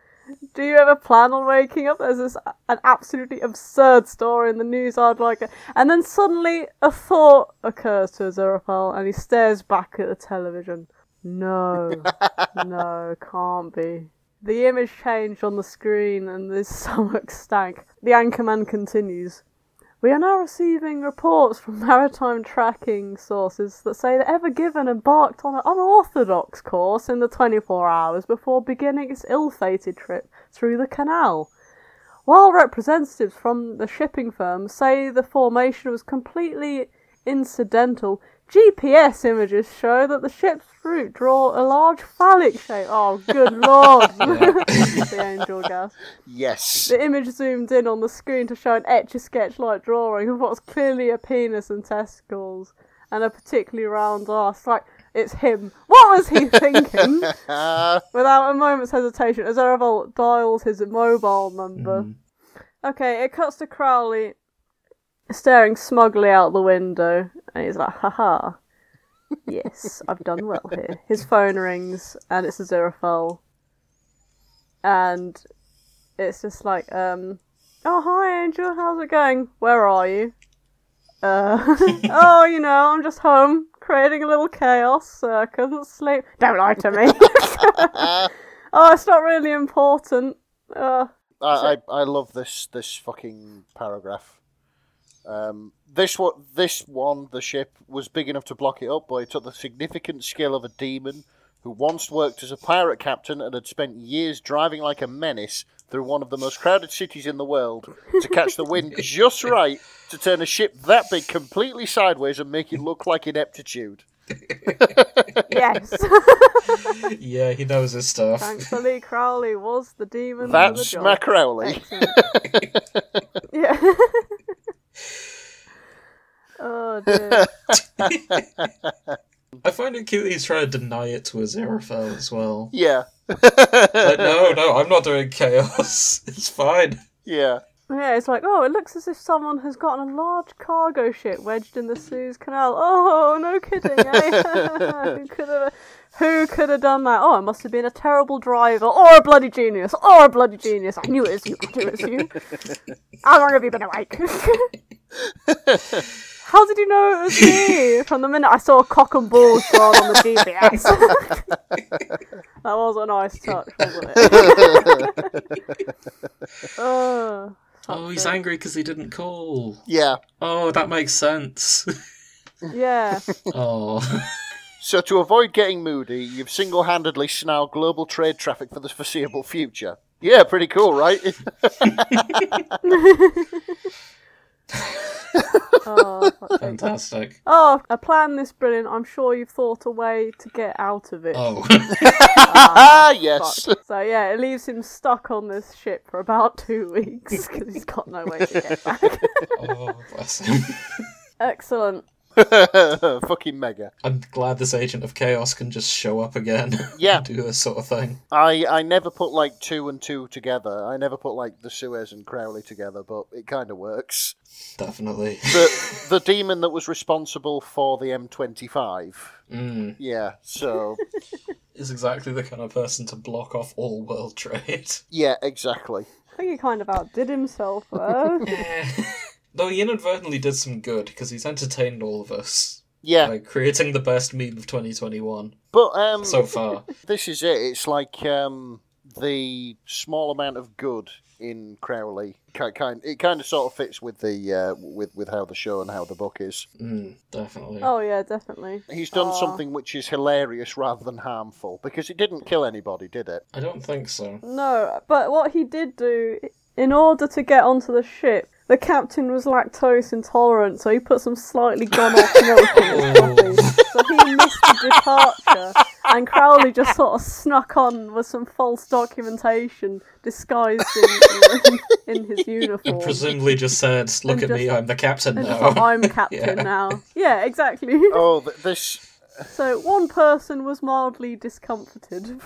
Speaker 1: Do you ever plan on waking up? There's this an absolutely absurd story in the news. I'd like it. And then suddenly a thought occurs to Aziraphale, and he stares back at the television. No, no, can't be. The image changed on the screen, and his stomach stank. The anchorman continues. We are now receiving reports from maritime tracking sources that say that Ever Given embarked on an unorthodox course in the 24 hours before beginning its ill fated trip through the canal. While representatives from the shipping firm say the formation was completely incidental, GPS images show that the ship's route draw a large phallic shape. Oh, good lord! the angel gas.
Speaker 3: Yes.
Speaker 1: The image zoomed in on the screen to show an etch a sketch like drawing of what's clearly a penis and testicles and a particularly round ass. Like, it's him. What was he thinking?
Speaker 3: Uh,
Speaker 1: Without a moment's hesitation, as Ereval dials his mobile number. Okay, it cuts to Crowley staring smugly out the window, and he's like, haha. Yes, I've done well here. His phone rings, and it's a Aziraphale. And it's just like, um, oh, hi, Angel, how's it going? Where are you? Uh, oh, you know, I'm just home, creating a little chaos. Uh, couldn't sleep. Don't lie to me. oh, it's not really important. Uh,
Speaker 3: I, I I love this this fucking paragraph. Um, this what this one the ship was big enough to block it up, but it took the significant skill of a demon who once worked as a pirate captain and had spent years driving like a menace through one of the most crowded cities in the world to catch the wind just right to turn a ship that big completely sideways and make it look like ineptitude.
Speaker 1: yes.
Speaker 2: yeah, he knows his stuff.
Speaker 1: Thankfully, Crowley was the demon.
Speaker 3: That's
Speaker 1: for the job.
Speaker 3: Macrowley.
Speaker 1: Excellent. yeah. oh dear.
Speaker 2: I find it cute that he's trying to deny it to Aziraphale as well.
Speaker 3: Yeah.
Speaker 2: Like, no, no, I'm not doing chaos. It's fine.
Speaker 3: Yeah.
Speaker 1: Yeah, it's like, oh, it looks as if someone has gotten a large cargo ship wedged in the Suez Canal. Oh, no kidding! eh? who could have? Who could have done that? Oh, it must have been a terrible driver, or a bloody genius, or a bloody genius. I knew it was you. I knew it was you. How long have you been awake? How did you know it was me? From the minute I saw a cock and balls drawn on the GPS. that was a nice touch, wasn't it? oh,
Speaker 2: Oh, he's angry because he didn't call.
Speaker 3: Yeah.
Speaker 2: Oh, that makes sense.
Speaker 1: yeah.
Speaker 2: oh.
Speaker 3: So, to avoid getting moody, you've single handedly snarled global trade traffic for the foreseeable future. Yeah, pretty cool, right?
Speaker 1: Oh, fuck's sake.
Speaker 2: Fantastic.
Speaker 1: Oh, a plan this brilliant. I'm sure you've thought a way to get out of it.
Speaker 2: Oh.
Speaker 3: ah, yes.
Speaker 1: Fuck. So yeah, it leaves him stuck on this ship for about two weeks because he's got no way to get back.
Speaker 2: oh, bless him.
Speaker 1: Excellent.
Speaker 3: Fucking mega.
Speaker 2: I'm glad this agent of chaos can just show up again.
Speaker 3: Yeah.
Speaker 2: and do this sort of thing.
Speaker 3: I, I never put like two and two together. I never put like the Suez and Crowley together, but it kind of works.
Speaker 2: Definitely.
Speaker 3: The the demon that was responsible for the M25.
Speaker 2: Mm,
Speaker 3: Yeah. So
Speaker 2: is exactly the kind of person to block off all world trade.
Speaker 3: yeah, exactly.
Speaker 1: I think he kind of outdid himself there.
Speaker 2: Though he inadvertently did some good because he's entertained all of us
Speaker 3: Yeah.
Speaker 2: by creating the best meme of 2021
Speaker 3: But um,
Speaker 2: so far.
Speaker 3: this is it. It's like um, the small amount of good in Crowley. Kind, kind it kind of sort of fits with the uh, with with how the show and how the book is.
Speaker 2: Mm, definitely.
Speaker 1: oh yeah, definitely.
Speaker 3: He's done
Speaker 1: Aw.
Speaker 3: something which is hilarious rather than harmful because it didn't kill anybody, did it?
Speaker 2: I don't think so.
Speaker 1: No, but what he did do, in order to get onto the ship, the captain was lactose intolerant, so he put some slightly gone off milk in his coffee. So he missed the departure, and Crowley just sort of snuck on with some false documentation disguised in, in, in his uniform.
Speaker 2: Presumably just said, look at
Speaker 1: And
Speaker 2: me,
Speaker 1: just-
Speaker 2: I'm the captain
Speaker 1: And just like,
Speaker 2: now.
Speaker 1: I'm captain
Speaker 2: Yeah.
Speaker 1: now. Yeah, exactly.
Speaker 3: Oh, th- this
Speaker 1: So one person was mildly discomforted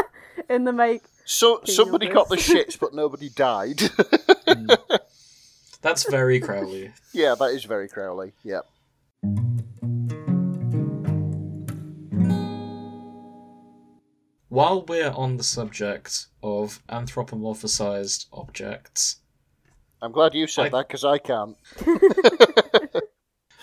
Speaker 1: in the make.
Speaker 3: So somebody got the
Speaker 1: honest.
Speaker 3: shits, but nobody died.
Speaker 2: That's very Crowley.
Speaker 3: yeah, that is very Crowley. Yeah.
Speaker 2: While we're on the subject of anthropomorphized objects,
Speaker 3: I'm glad you said
Speaker 2: I-
Speaker 3: that 'cause that because I can't.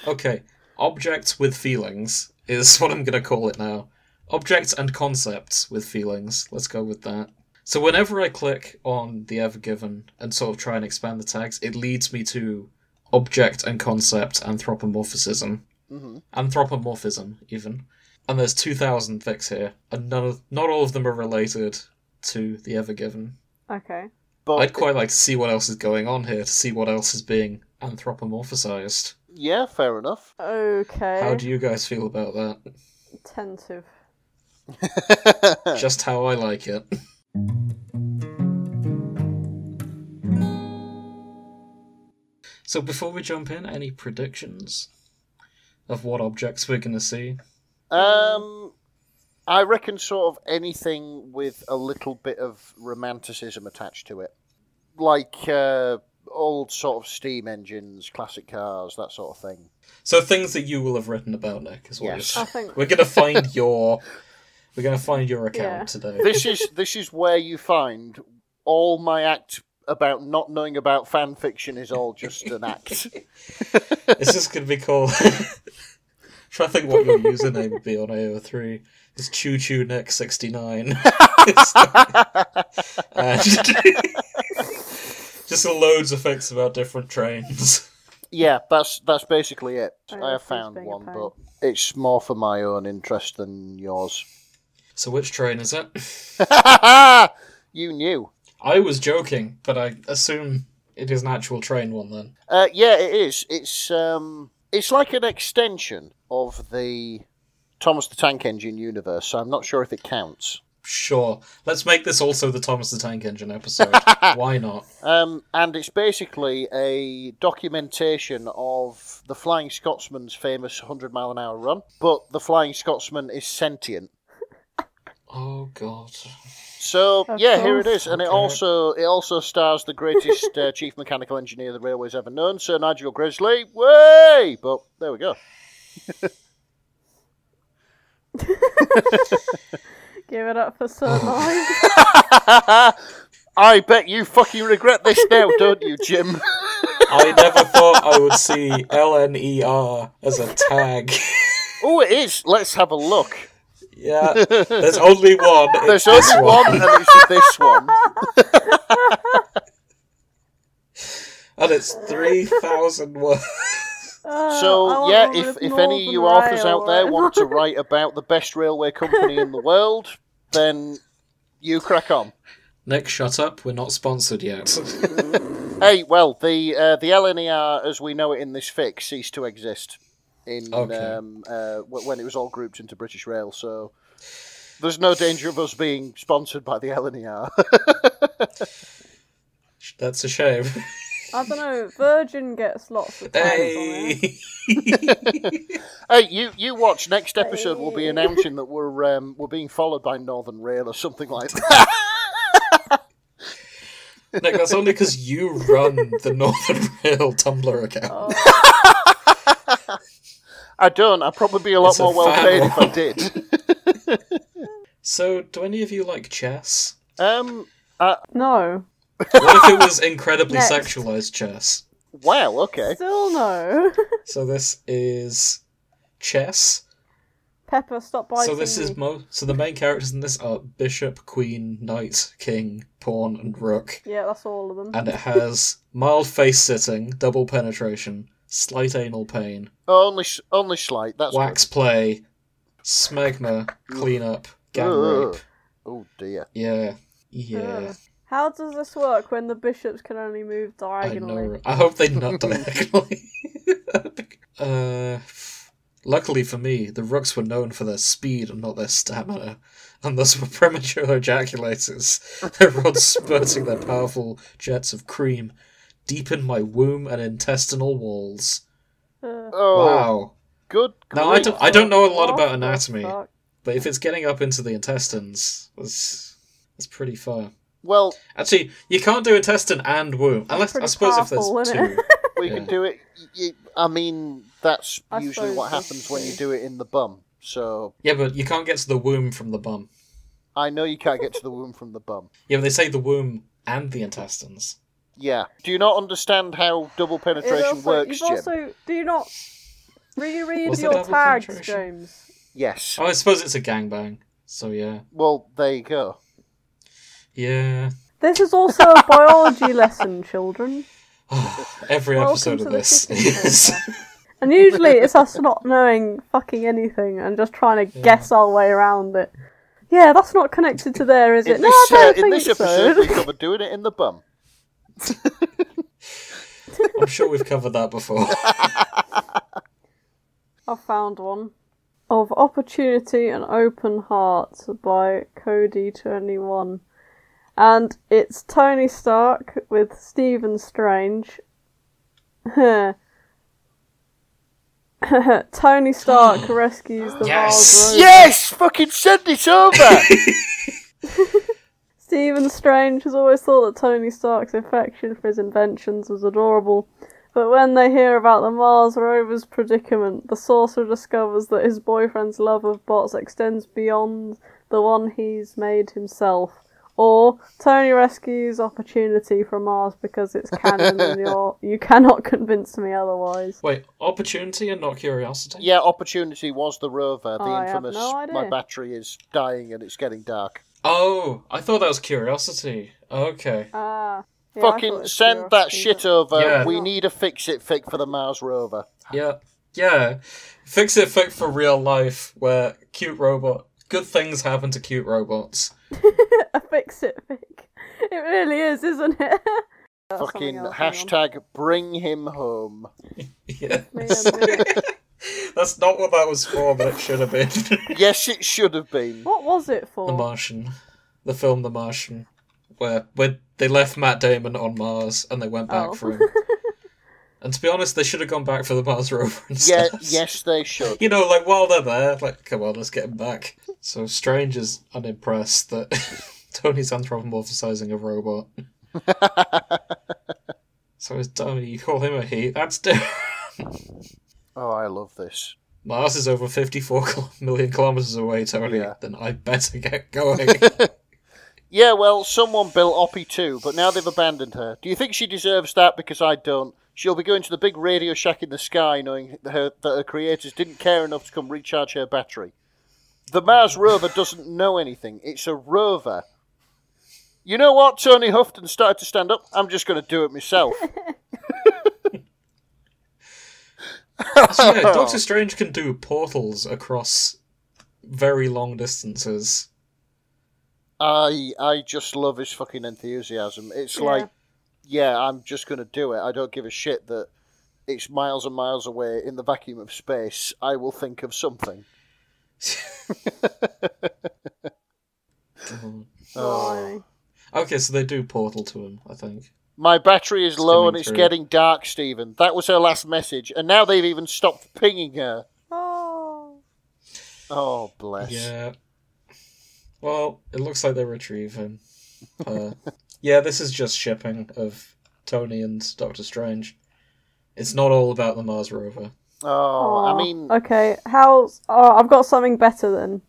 Speaker 2: Okay, objects with feelings is what I'm going to call it now. Objects and concepts with feelings. Let's go with that. So whenever I click on the ever given and sort of try and expand the tags, it leads me to object and concept anthropomorphism.
Speaker 3: Mhm.
Speaker 2: Anthropomorphism, even. And there's 2,000 fics here, and none of, not all of them are related to the ever given.
Speaker 1: Okay.
Speaker 3: But
Speaker 2: I'd quite like to see what else is going on here, to see what else is being anthropomorphized.
Speaker 3: yeah, fair enough.
Speaker 1: Okay.
Speaker 2: How do you guys feel about that?
Speaker 1: Attentive.
Speaker 2: just how I like it. So before we jump in, any predictions of what objects we're gonna see?
Speaker 3: Um, I reckon sort of anything with a little bit of romanticism attached to it, like uh, old sort of steam engines, classic cars, that sort of thing.
Speaker 2: So things that you will have written about, Nick, is what
Speaker 3: Yes.
Speaker 2: you're
Speaker 1: I think-
Speaker 2: We're gonna find your we're gonna find your account
Speaker 1: Yeah.
Speaker 2: today.
Speaker 3: This is this is where you find all my act about not knowing about fan fiction is all just an act.
Speaker 2: This is gonna be called Try to think what your username would be on AO3. It's choo choo nick sixty nine. uh, just loads of facts about different trains.
Speaker 3: Yeah, that's that's basically it.
Speaker 1: Oh,
Speaker 3: I have
Speaker 1: this is
Speaker 3: found
Speaker 1: being a
Speaker 3: one,
Speaker 1: pain.
Speaker 3: but it's more for my own interest than yours.
Speaker 2: So which train is it?
Speaker 3: you knew.
Speaker 2: I was joking, but I assume it is an actual train one then.
Speaker 3: Uh, yeah, it is. It's um, it's like an extension of the Thomas the Tank Engine universe. So I'm not sure if it counts.
Speaker 2: Sure. Let's make this also the Thomas the Tank Engine episode. Why not?
Speaker 3: Um, and it's basically a documentation of the Flying Scotsman's famous 100 mile an hour run, but the Flying Scotsman is sentient.
Speaker 2: Oh god.
Speaker 3: So
Speaker 1: Of
Speaker 3: yeah, here it
Speaker 1: course.
Speaker 3: is, and it
Speaker 2: Okay.
Speaker 3: also it also stars the greatest uh, chief mechanical engineer the railways ever known, Sir Nigel Grizzly. Way, but there we go.
Speaker 1: Give it up for Sir Nigel.
Speaker 3: I bet you fucking regret this now, don't you, Jim?
Speaker 2: I never thought I would see LNER as a tag.
Speaker 3: oh, it is. Let's have a look.
Speaker 2: yeah. There's only one. It's
Speaker 3: There's
Speaker 2: this
Speaker 3: only one, and it's this one.
Speaker 2: And it's 3,000 words.
Speaker 1: Uh, I
Speaker 3: So
Speaker 1: want
Speaker 3: yeah,
Speaker 1: one
Speaker 3: if
Speaker 1: with
Speaker 3: if any
Speaker 1: Northern
Speaker 3: you authors
Speaker 1: Rail uh,
Speaker 3: out there
Speaker 1: on.
Speaker 3: want to write about the best railway company in the world, then you crack on.
Speaker 2: Nick, shut up. We're not sponsored yet.
Speaker 3: Hey, well, the uh, the LNER as we know it in this fix ceased to exist in
Speaker 2: Okay.
Speaker 3: um, uh, wh- when it was all grouped into British Rail. So there's no danger of us being sponsored by the E LNER.
Speaker 2: That's a shame.
Speaker 1: I don't know. Virgin gets lots of times on it.
Speaker 2: Hey!
Speaker 3: hey, you you watch next episode. We'll be announcing that we're um, we're being followed by Northern Rail or something like that.
Speaker 2: Nick, that's only because you run the Northern Rail Tumblr account.
Speaker 1: Oh,
Speaker 3: I don't. I'd probably be a lot
Speaker 2: It's a
Speaker 3: more well
Speaker 2: fat
Speaker 3: paid if I
Speaker 2: one.
Speaker 3: did.
Speaker 2: So, do any of you like chess?
Speaker 3: Um,
Speaker 1: no.
Speaker 2: What if it was incredibly
Speaker 1: Next.
Speaker 2: sexualized chess?
Speaker 3: wow. Okay.
Speaker 1: Still no.
Speaker 2: So this is chess.
Speaker 1: Pepper, stop biting
Speaker 2: so this
Speaker 1: me.
Speaker 2: is mo. So the main characters in this are bishop, queen, knight, king, pawn, and rook.
Speaker 1: Yeah, that's all of them.
Speaker 2: And it has mild face sitting, double penetration, slight anal pain,
Speaker 3: Only s- only slight. That's
Speaker 2: wax play, smegma, cleanup, gang
Speaker 3: Ugh.
Speaker 2: rape.
Speaker 3: Good. Oh dear.
Speaker 2: Yeah, yeah.
Speaker 1: Ugh. How does this work when the bishops can only move
Speaker 2: I know.
Speaker 1: diagonally?
Speaker 2: I hope they not diagonally. uh, luckily for me, the rooks were known for their speed and not their stamina, and thus were premature ejaculators. Their rods spurting their powerful jets of cream deep in my womb and intestinal walls.
Speaker 1: Ugh.
Speaker 3: Oh,
Speaker 2: Wow.
Speaker 3: good.
Speaker 2: Now I
Speaker 3: grief.
Speaker 2: don't, I don't know a lot
Speaker 1: Oh, What
Speaker 2: about
Speaker 1: the
Speaker 2: anatomy,
Speaker 1: fuck?
Speaker 2: but if it's getting up into the intestines, that's that's pretty far.
Speaker 3: Well,
Speaker 2: Actually, you can't do intestine and womb unless I
Speaker 1: Pretty
Speaker 2: suppose
Speaker 1: powerful,
Speaker 2: if
Speaker 1: isn't
Speaker 2: there's
Speaker 1: it?
Speaker 2: two.
Speaker 3: we
Speaker 2: Yeah.
Speaker 3: can do it. You, I mean, that's
Speaker 1: I
Speaker 3: usually what
Speaker 1: suppose
Speaker 3: happens when you
Speaker 1: that's
Speaker 3: do it in the bum. So
Speaker 2: Yeah, but you can't get to the womb from the bum.
Speaker 3: I know you can't get to the womb from the bum.
Speaker 2: Yeah, but they say the womb and the intestines.
Speaker 3: Yeah. Do you not understand how double
Speaker 1: It
Speaker 3: penetration
Speaker 1: also-
Speaker 3: works,
Speaker 1: You've
Speaker 3: Jim?
Speaker 1: also do you not reread
Speaker 2: Was it
Speaker 1: your
Speaker 2: double
Speaker 1: tags,
Speaker 2: penetration?
Speaker 1: James.
Speaker 3: Yes.
Speaker 2: Oh, I suppose it's a gangbang. So yeah,
Speaker 3: Well, there you go.
Speaker 2: yeah.
Speaker 1: This is also a biology lesson, children.
Speaker 2: Every
Speaker 1: Welcome
Speaker 2: episode
Speaker 1: to
Speaker 2: of
Speaker 1: the
Speaker 2: this
Speaker 1: Chicken
Speaker 2: is.
Speaker 1: And usually it's us not knowing fucking anything and just trying to guess our way around it. Yeah, that's not connected to there, is it?
Speaker 3: In
Speaker 1: no,
Speaker 3: this,
Speaker 1: I
Speaker 3: uh,
Speaker 1: don't
Speaker 3: in
Speaker 1: think
Speaker 3: this episode,
Speaker 1: so.
Speaker 3: we covered doing it in the bum.
Speaker 2: I'm sure we've covered that before.
Speaker 1: I found one. Of Opportunity and Open Heart by Cody Twenty One. And it's Tony Stark with Stephen Strange. Tony Stark rescues the
Speaker 2: Yes!
Speaker 1: Vile Group.
Speaker 3: Yes! Fucking send it over!
Speaker 1: Stephen Strange has always thought that Tony Stark's affection for his inventions was adorable, but when they hear about the Mars rover's predicament, the sorcerer discovers that his boyfriend's love of bots extends beyond the one he's made himself. Or Tony rescues opportunity from Mars because it's canon and you're, you cannot convince me otherwise.
Speaker 2: Wait, opportunity and not curiosity.
Speaker 3: yeah, Opportunity was the rover, the
Speaker 1: Oh, I have
Speaker 3: infamous
Speaker 1: no idea.
Speaker 3: my battery is dying and it's getting dark.
Speaker 2: Oh, I thought that was curiosity. Okay.
Speaker 1: Ah. yeah, I thought it
Speaker 3: Fucking
Speaker 1: was
Speaker 3: send that
Speaker 1: curiosity,
Speaker 3: shit
Speaker 1: but-
Speaker 3: over.
Speaker 2: Yeah.
Speaker 3: We need a fix it fic for the Mars rover.
Speaker 2: Yeah. Yeah. Fix it fic for real life, where cute robot. Good things happen to cute robots.
Speaker 1: Fix it, Vic. It really is, isn't it? That's something
Speaker 3: Fucking
Speaker 1: else, hang on.
Speaker 3: hashtag bring him home.
Speaker 2: Yeah.
Speaker 1: Me and me.
Speaker 2: That's not what that was for, but it should have been. the
Speaker 3: Yes, it should have been.
Speaker 1: What was it for?
Speaker 2: Martian. The film The Martian. Where, where they left Matt Damon on Mars and they went back
Speaker 1: Oh.
Speaker 2: for him. and to be honest, they should have gone back for the Mars rover
Speaker 3: Yeah,
Speaker 2: instead.
Speaker 3: yes, they should.
Speaker 2: You know, like while they're there, like, come on, let's get him back. So Strange is unimpressed that Tony's anthropomorphizing a robot. so his dummy, you call him a he? That's different.
Speaker 3: Oh, I love this.
Speaker 2: Mars is over 54 kil- million kilometers away, Tony.
Speaker 3: Yeah.
Speaker 2: Then I better get going.
Speaker 3: Yeah, well, someone built Oppie too, but now they've abandoned her. Do you think she deserves that? Because I don't. She'll be going to the big Radio Shack in the sky, knowing that her, that her creators didn't care enough to come recharge her battery. The Mars rover doesn't know anything. It's a rover. You know what? Tony Houghton started to stand up. I'm just going to do it myself.
Speaker 2: So, yeah, Doctor Strange can do portals across very long distances.
Speaker 3: I I just love his fucking enthusiasm. It's
Speaker 1: Yeah.
Speaker 3: like, yeah, I'm just gonna do it. I don't give a shit that it's miles and miles away in the vacuum of space. I will think of something.
Speaker 2: Come
Speaker 1: Blimey.
Speaker 3: Oh.
Speaker 2: on. Um, Okay, so they do portal to him, I think.
Speaker 3: My battery is low
Speaker 2: coming
Speaker 3: and it's
Speaker 2: through.
Speaker 3: getting dark, Stephen. That was her last message, and now they've even stopped pinging her.
Speaker 1: Oh.
Speaker 3: Oh bless.
Speaker 2: Yeah. Well, it looks like they retrieve him. Uh, yeah, this is just shipping of Tony and Doctor Strange. It's not all about the Mars rover.
Speaker 3: Oh,
Speaker 1: Aw.
Speaker 3: I mean
Speaker 1: Okay, how's. Oh, I've got something better then.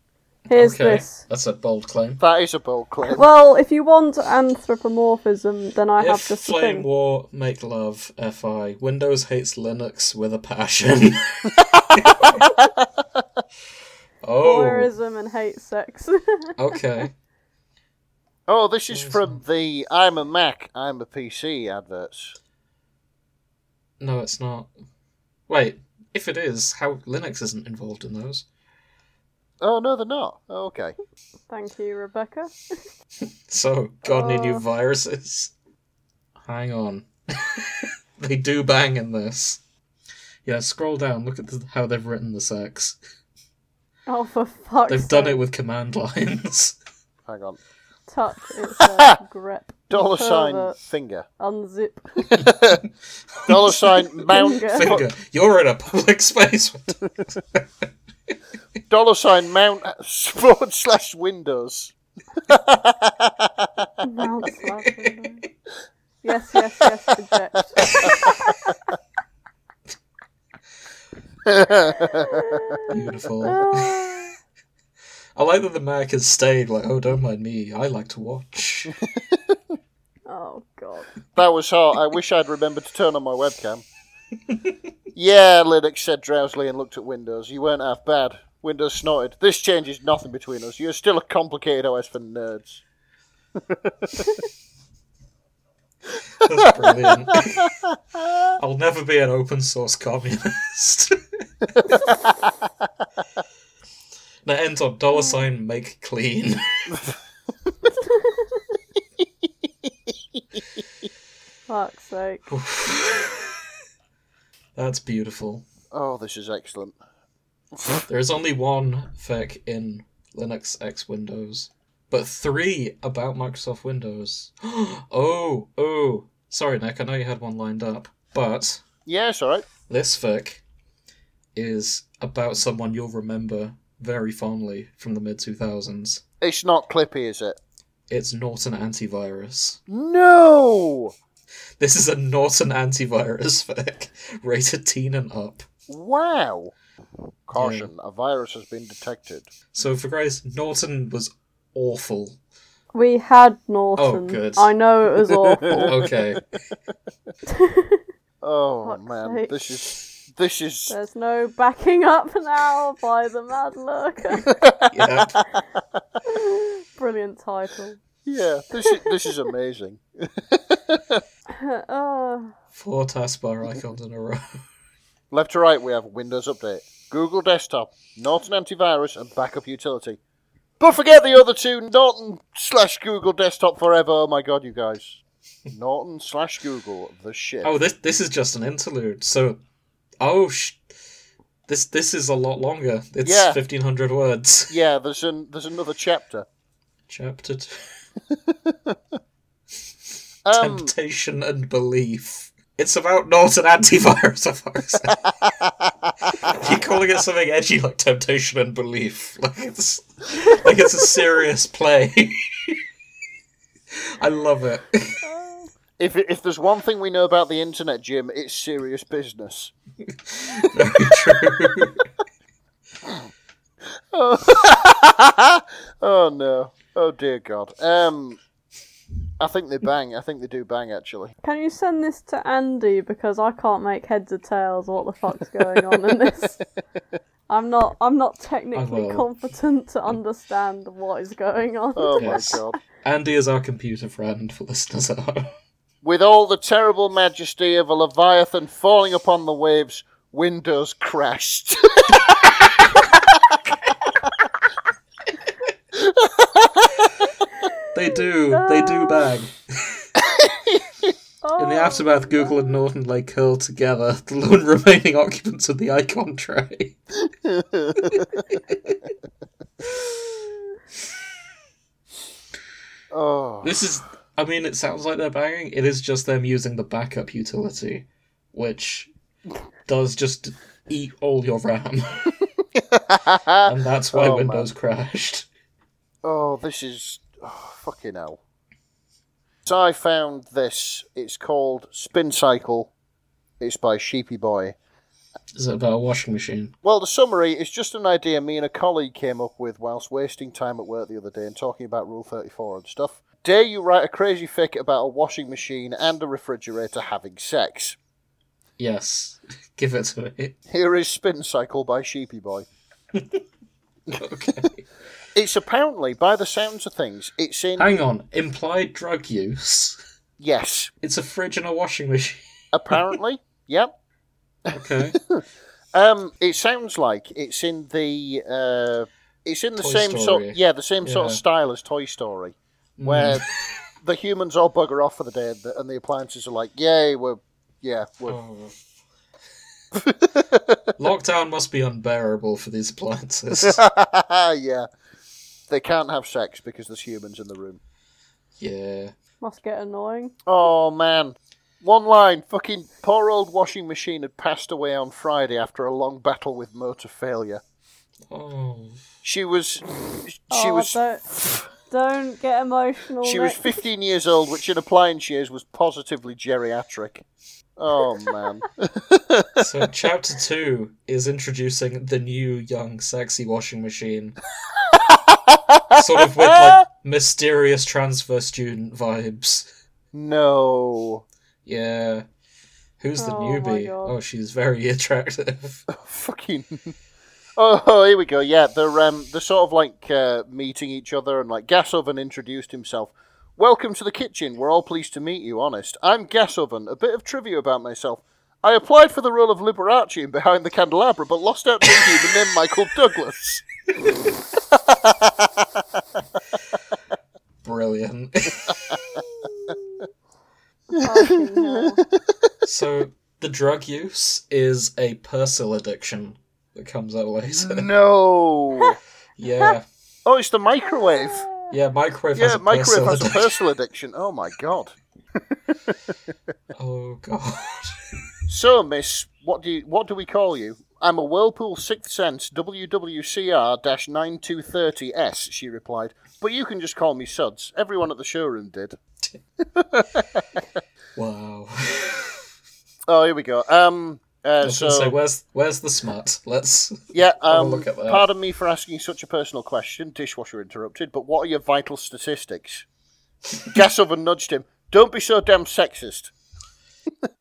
Speaker 1: Here's
Speaker 2: okay,
Speaker 1: this.
Speaker 2: that's a bold claim.
Speaker 3: that is a bold claim.
Speaker 1: Well, if you want anthropomorphism, then I have
Speaker 2: if
Speaker 1: just
Speaker 2: Flame
Speaker 1: the thing.
Speaker 2: War make love, FI. Windows hates Linux with a passion. oh,
Speaker 1: Voyeurism and hate sex.
Speaker 2: okay.
Speaker 3: Oh, this is from the "I'm a Mac, I'm a PC" adverts.
Speaker 2: No, it's not. Wait, if it is, how Linux isn't involved in those?
Speaker 3: Oh no, they're not. Oh, okay.
Speaker 1: Thank you, Rebecca.
Speaker 2: So, God, any
Speaker 1: Oh.
Speaker 2: new viruses? Hang on. they do bang in this. Yeah, scroll down. Look at the, how they've written the sex.
Speaker 1: Oh, for fuck's
Speaker 2: They've done
Speaker 1: sake.
Speaker 2: it with command lines.
Speaker 3: Hang on.
Speaker 1: Tut, it's a grip.
Speaker 3: Dollar sign
Speaker 1: Pervert.
Speaker 3: finger.
Speaker 1: Unzip.
Speaker 3: Dollar sign mount.
Speaker 1: Finger.
Speaker 2: Finger, you're in a public space.
Speaker 3: Dollar sign mount forward slash windows.
Speaker 1: Mount slab window. Yes, yes, yes, eject.
Speaker 2: Beautiful.
Speaker 1: Ah.
Speaker 2: I like that the Mac has stayed like, oh, don't mind me. I like to watch.
Speaker 1: oh, God.
Speaker 3: That was hot. I wish I'd remembered to turn on my webcam. yeah, Linux said drowsily and looked at Windows. You weren't half bad. Windows snorted. This changes nothing between us. You're still a complicated OS for nerds.
Speaker 2: That's brilliant. I'll never be an open source communist. and it ends on dollar sign make clean.
Speaker 1: Fuck's sake.
Speaker 2: That's beautiful.
Speaker 3: Oh, this is excellent.
Speaker 2: There is only one fic in Linux X Windows, but three about Microsoft Windows. oh, oh. Sorry, Nick, I know you had one lined up, but
Speaker 3: Yes, all right.
Speaker 2: this fic is about someone you'll remember very fondly from the mid 2000s.
Speaker 3: It's not clippy, is it?
Speaker 2: It's Norton Antivirus.
Speaker 3: No!
Speaker 2: This is a Norton Antivirus fic, rated teen and up.
Speaker 3: Wow! Caution, a virus has been detected.
Speaker 2: So, for grace, Norton was awful.
Speaker 1: We had Norton.
Speaker 2: Oh, good.
Speaker 1: I know it was awful.
Speaker 2: Okay.
Speaker 3: Oh
Speaker 1: Fuck's
Speaker 3: man,
Speaker 1: sake.
Speaker 3: this is this is
Speaker 1: There's no backing up now by the Mad Lurker.
Speaker 2: yeah.
Speaker 1: Brilliant title.
Speaker 3: yeah, this is this is amazing.
Speaker 1: Oh,
Speaker 2: Four taskbar icons in a row.
Speaker 3: Left to right, we have Windows Update, Google Desktop, Norton Antivirus, and Backup Utility. But forget the other two Norton slash Google Desktop Forever. Oh my god, you guys. Norton slash Google, the shit.
Speaker 2: Oh, this this is just an interlude. So, oh, sh- this this is a lot longer. It's
Speaker 3: Yeah.
Speaker 2: fifteen hundred words.
Speaker 3: Yeah, there's an, there's another chapter.
Speaker 2: Chapter two,
Speaker 3: Um,
Speaker 2: temptation and belief. It's about Norton antivirus. I fuck's sake. You're calling it something edgy like temptation and belief. Like it's like it's a serious play. I love it.
Speaker 3: if if there's one thing we know about the internet, Jim, it's serious business.
Speaker 2: Very true.
Speaker 3: Oh no. Oh dear God. Um, I think they bang. I think they do bang actually.
Speaker 1: Can you send this to Andy because I can't make heads or tails of what the fuck's going on in this? I'm not. I'm not technically
Speaker 2: will.
Speaker 1: competent to understand what is going on.
Speaker 3: Oh
Speaker 2: Yes.
Speaker 3: my God.
Speaker 2: Andy is our computer friend for listeners at home.
Speaker 3: With all the terrible majesty of a leviathan falling upon the waves, Windows crashed.
Speaker 2: They do. They do bang. In the
Speaker 1: Oh.
Speaker 2: aftermath, Google and Norton lay curled together, the lone remaining occupants of the icon tray.
Speaker 3: oh.
Speaker 2: This is. I mean, it sounds like they're banging. It is just them using the backup utility, which does just eat all your RAM, and that's why
Speaker 3: Oh, man.
Speaker 2: Windows crashed.
Speaker 3: Oh, this is oh, fucking hell. So I found this. It's called Spin Cycle. It's by Sheepy Boy.
Speaker 2: Is it about a washing machine?
Speaker 3: Well, the summary is just an idea me and a colleague came up with whilst wasting time at work the other day and talking about Rule 34 and stuff. Dare you write a crazy fic about a washing machine and a refrigerator having sex?
Speaker 2: Yes. Give it to me.
Speaker 3: Here is Spin Cycle by Sheepy Boy.
Speaker 2: Okay.
Speaker 3: It's apparently, by the sounds of things, it's in.
Speaker 2: Hang on. Implied drug use.
Speaker 3: yes,
Speaker 2: It's a fridge and a washing machine.
Speaker 3: apparently. yep.
Speaker 2: Okay.
Speaker 3: Um, it sounds like it's in the uh, it's in the
Speaker 2: Toy
Speaker 3: same
Speaker 2: Story.
Speaker 3: sort, yeah, the same sort of
Speaker 2: Yeah. Mm.
Speaker 3: style as Toy Story,
Speaker 2: Hmm.
Speaker 3: where the humans all bugger off for the day, and the, and the appliances are like, "Yay, we're yeah, we're
Speaker 2: Oh. Lockdown must be unbearable for these appliances. Oh.
Speaker 3: yeah." They can't have sex because there's humans in the room.
Speaker 2: yeah.
Speaker 1: Must get annoying.
Speaker 3: Oh man. One line, fucking poor old washing machine had passed away on Friday after a long battle with motor failure.
Speaker 2: Oh.
Speaker 3: She was, she
Speaker 1: oh,
Speaker 3: was
Speaker 1: Don't, don't get emotional.
Speaker 3: She was
Speaker 1: Nick.
Speaker 3: 15 years old, which in appliance years was positively geriatric. Oh man,
Speaker 2: So chapter two is introducing the new young sexy washing machine. sort of with like mysterious transfer student vibes.
Speaker 3: no,
Speaker 2: Yeah. Who's the
Speaker 1: Oh my
Speaker 2: newbie?
Speaker 1: God.
Speaker 2: Oh, she's very attractive.
Speaker 3: fucking. Oh, oh, here we go. Yeah, they're um, they're sort of like uh, meeting each other, and like Gas Oven introduced himself. Welcome to the kitchen. We're all pleased to meet you. Honest, I'm Gas Oven. A bit of trivia about myself. I applied for the role of Liberace in Behind the Candelabra, but lost out thinking the name Michael Douglas.
Speaker 2: Brilliant.
Speaker 1: Fucking hell.
Speaker 2: so the drug use is a Persil addiction that comes out
Speaker 3: Mm.
Speaker 2: later.
Speaker 3: No.
Speaker 2: Yeah.
Speaker 3: Oh, it's the microwave.
Speaker 2: Yeah, microwave has
Speaker 3: Yeah,
Speaker 2: a
Speaker 3: microwave
Speaker 2: Persil
Speaker 3: has a
Speaker 2: addiction.
Speaker 3: personal addiction. Oh my god.
Speaker 2: Oh god.
Speaker 3: So, Miss, what do you, what do we call you? I'm a Whirlpool Sixth Sense WWCR-9230S, she replied. But you can just call me Suds. Everyone at the showroom did.
Speaker 2: Wow.
Speaker 3: Oh, here we go. Um,
Speaker 2: I
Speaker 3: uh,
Speaker 2: was
Speaker 3: so,
Speaker 2: gonna say, where's where's the smut? Let's
Speaker 3: yeah,
Speaker 2: a
Speaker 3: um,
Speaker 2: look at that.
Speaker 3: pardon me for asking such a personal question, dishwasher interrupted, but what are your vital statistics? Gas oven nudged him. Don't be so damn sexist.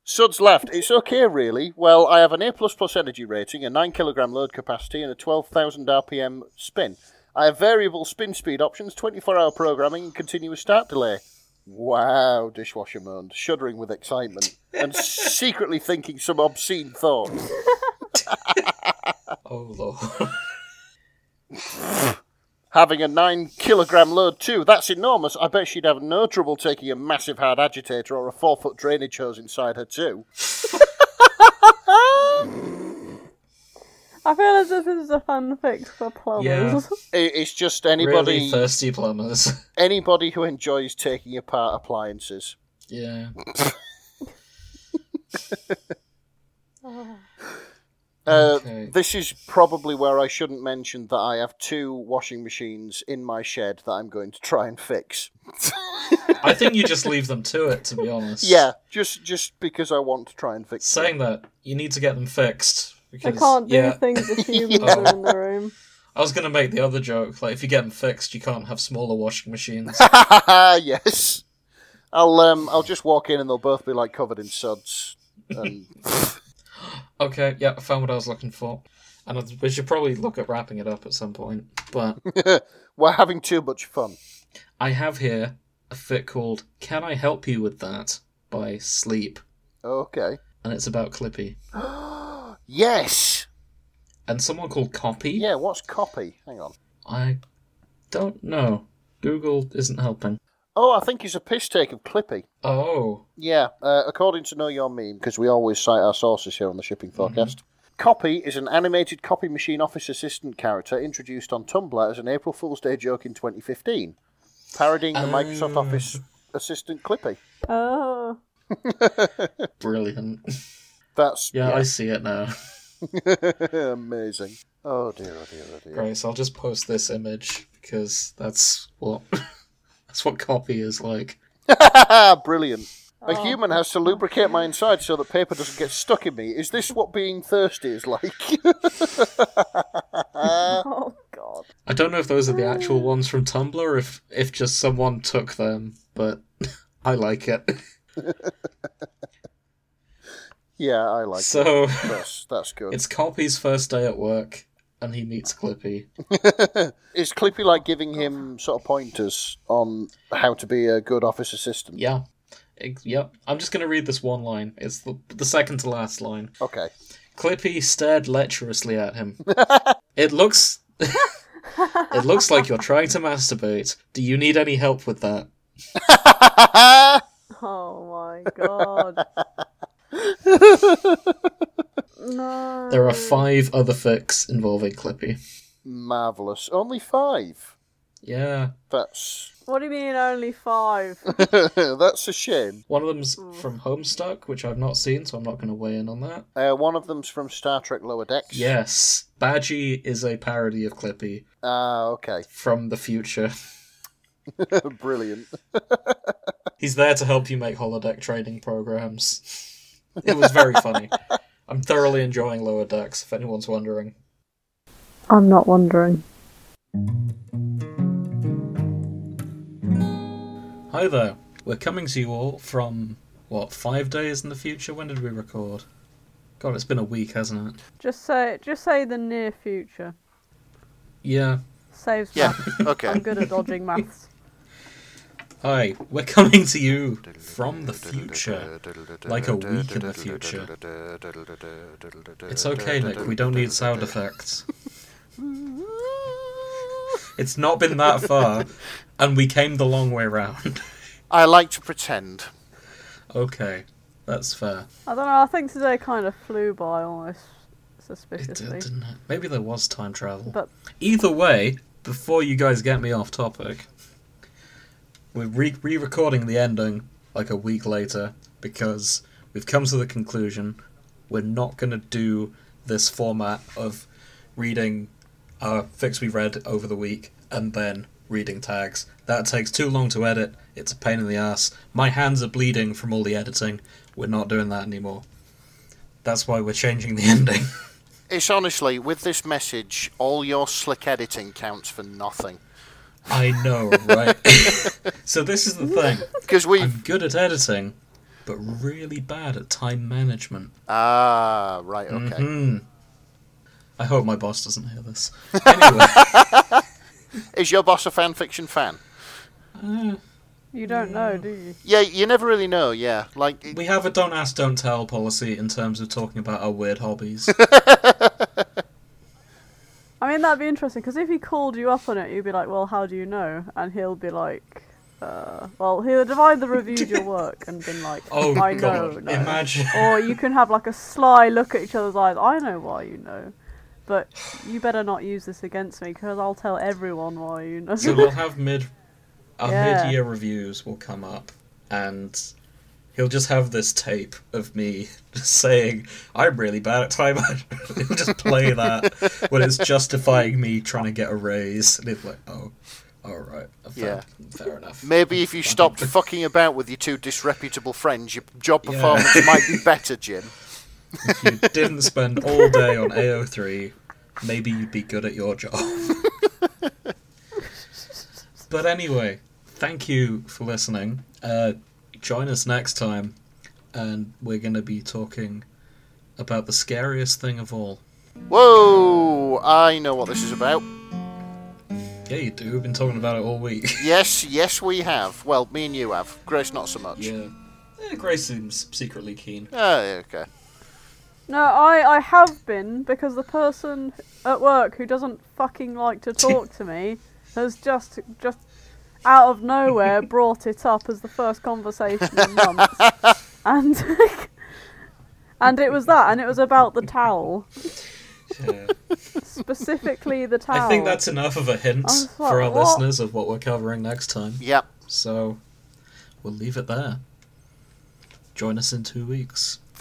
Speaker 3: Suds laughed. It's okay, really. Well, I have an A plus plus energy rating, a nine kilogram load capacity, and a twelve thousand RPM spin. I have variable spin speed options, twenty four hour programming, and continuous start delay. Wow, dishwasher moaned, shuddering with excitement and secretly thinking some obscene thought.
Speaker 2: Oh lord.
Speaker 3: having a nine kilogram load too. That's enormous. I bet she'd have no trouble taking a massive hard agitator or a four foot drainage hose inside her too.
Speaker 1: I feel as if this is a fanfic for plumbers.
Speaker 2: Yeah.
Speaker 3: I- It's just anybody
Speaker 2: Really thirsty plumbers.
Speaker 3: anybody who enjoys taking apart appliances.
Speaker 2: yeah.
Speaker 3: Uh,
Speaker 2: Okay.
Speaker 3: This is probably where I shouldn't mention that I have two washing machines in my shed that I'm going to try and fix.
Speaker 2: I think you just leave them to it, to be honest.
Speaker 3: Yeah, just just because I want to try and fix them.
Speaker 2: Saying that, you need to get them fixed.
Speaker 1: They
Speaker 2: Because,
Speaker 1: can't do
Speaker 2: yeah,
Speaker 1: things if humans
Speaker 2: Yeah.
Speaker 1: are in the room.
Speaker 2: I was going to make the other joke. Like, if you get them fixed, you can't have smaller washing machines.
Speaker 3: yes. I'll um I'll just walk in and they'll both be like covered in suds. And
Speaker 2: okay, yeah, I found what I was looking for. And I- we should probably look at wrapping it up at some point. But
Speaker 3: we're having too much fun.
Speaker 2: I have here a fit called Can I Help You With That by Sleep.
Speaker 3: Okay.
Speaker 2: And it's about Clippy.
Speaker 3: yes.
Speaker 2: And someone called Copy.
Speaker 3: Yeah. What's copy? Hang on.
Speaker 2: I don't know. Google isn't helping.
Speaker 3: Oh, I think he's a piss take of Clippy.
Speaker 2: Oh,
Speaker 3: Yeah, uh, according to Know Your Meme, because we always cite our sources here on the Shipping Forecast, Copy is an animated copy machine office assistant character introduced on Tumblr as an April Fool's Day joke in 2015, parodying the Microsoft
Speaker 2: Ah.
Speaker 3: Office assistant Clippy.
Speaker 1: Oh.
Speaker 2: brilliant.
Speaker 3: That's
Speaker 2: Yeah, I see it now.
Speaker 3: amazing. Oh dear, oh dear, oh dear.
Speaker 2: Right, so I'll just post this image because that's what that's what copy is like.
Speaker 3: Brilliant. A
Speaker 1: Oh.
Speaker 3: human has to lubricate my inside so that paper doesn't get stuck in me. Is this what being thirsty is like? uh,
Speaker 1: oh god.
Speaker 2: I don't know if those are the
Speaker 3: Ah.
Speaker 2: actual ones from Tumblr or if if just someone took them, but I like it.
Speaker 3: yeah, I like it.
Speaker 2: so
Speaker 3: That's, that's good.
Speaker 2: it's Copy's first day at work and he meets Clippy.
Speaker 3: Is Clippy like giving him sort of pointers on how to be a good office assistant?
Speaker 2: Yeah. Ex- Yep. I'm just going to read this one line. It's the, the second to last line.
Speaker 3: Okay.
Speaker 2: Clippy stared lecherously at him. it looks. it looks like you're trying to masturbate. Do you need any help with that?
Speaker 1: Oh my god. no.
Speaker 2: There are five other fics involving Clippy.
Speaker 3: Marvelous. Only five.
Speaker 2: Yeah.
Speaker 3: That's
Speaker 1: What do you mean only five?
Speaker 3: that's a shame.
Speaker 2: One of them's from Homestuck, which I've not seen, so I'm not going to weigh in on that.
Speaker 3: Uh, one of them's from Star Trek Lower Decks.
Speaker 2: Yes. Badgie is a parody of Clippy
Speaker 3: Ah, okay.
Speaker 2: from the future.
Speaker 3: Brilliant.
Speaker 2: He's there to help you make holodeck training programs. It was very funny. I'm thoroughly enjoying Lower Decks, if anyone's wondering.
Speaker 1: I'm not wondering.
Speaker 2: Hi there. We're coming to you all from, what, five days in the future? When did we record? God, it's been a week, hasn't it?
Speaker 1: Just say just say the near future.
Speaker 2: Yeah.
Speaker 1: Saves
Speaker 3: Yeah.
Speaker 1: maths. I'm
Speaker 3: Okay.
Speaker 1: good at dodging maths.
Speaker 2: Hi, we're coming to you from the future. Like a week in the future. It's okay, Nick, we don't need sound effects. It's not been that far, and we came the long way round.
Speaker 3: I like to pretend.
Speaker 2: Okay, that's fair.
Speaker 1: I don't know, I think today kind of flew by almost
Speaker 2: It did,
Speaker 1: suspiciously.
Speaker 2: didn't it? Maybe there was time travel.
Speaker 1: But-
Speaker 2: either way, before you guys get me off topic, we're re- re-recording the ending like a week later because we've come to the conclusion we're not going to do this format of reading our fix we read over the week and then reading tags. That takes too long to edit. It's a pain in the ass. My hands are bleeding from all the editing. We're not doing that anymore. That's why we're changing the ending.
Speaker 3: It's honestly with this message, all your slick editing counts for nothing
Speaker 2: I know, right? so this is the thing.
Speaker 3: because we've
Speaker 2: I'm good at editing, but really bad at time management.
Speaker 3: ah right okay.
Speaker 2: Hmm. I hope my boss doesn't hear this. Anyway,
Speaker 3: Is your boss a fan fiction fan?
Speaker 1: You don't know, do you?
Speaker 3: Yeah, you never really know. Yeah, like
Speaker 2: we have a don't ask, don't tell policy in terms of talking about our weird hobbies.
Speaker 1: I mean, mean, that'd be interesting because if he called you up on it, you'd be like, "Well, how do you know?" And he'll be like, uh, "Well, he'll have either reviewed your work and been like,
Speaker 2: Oh
Speaker 1: I
Speaker 2: god!
Speaker 1: know, no."
Speaker 2: Imagine.
Speaker 1: or you can have like a sly look at each other's eyes. I know why you know, but you better not use this against me because I'll tell everyone why you know.
Speaker 2: So we'll have mid our
Speaker 1: Yeah.
Speaker 2: mid year reviews will come up and he'll just have this tape of me just saying, I'm really bad at time management." he'll just play that when it's justifying me trying to get a raise and it's like, Oh, alright, fair, fair enough.
Speaker 3: Maybe if you stopped fucking about with your two disreputable friends, your job performance might be better, Jim.
Speaker 2: you didn't spend all day on AO3, maybe you'd be good at your job. but anyway, thank you for listening. Uh, join us next time, and we're going to be talking about the scariest thing of all.
Speaker 3: Whoa! I know what this is about.
Speaker 2: Yeah, you do. We've been talking about it all week.
Speaker 3: Yes, yes, we have. Well, me and you have. Grace, not so much.
Speaker 2: yeah. Eh, Grace seems secretly keen.
Speaker 3: Ah, okay.
Speaker 1: No, I, I have been because the person at work who doesn't fucking like to talk to me has just just out of nowhere brought it up as the first conversation in months, and and it was that, and it was about the towel
Speaker 2: Yeah.
Speaker 1: specifically the towel.
Speaker 2: I think that's enough of a hint
Speaker 1: I was like,
Speaker 2: for our
Speaker 1: what?
Speaker 2: listeners of what we're covering next time.
Speaker 3: Yep.
Speaker 2: So we'll leave it there. Join us in two weeks.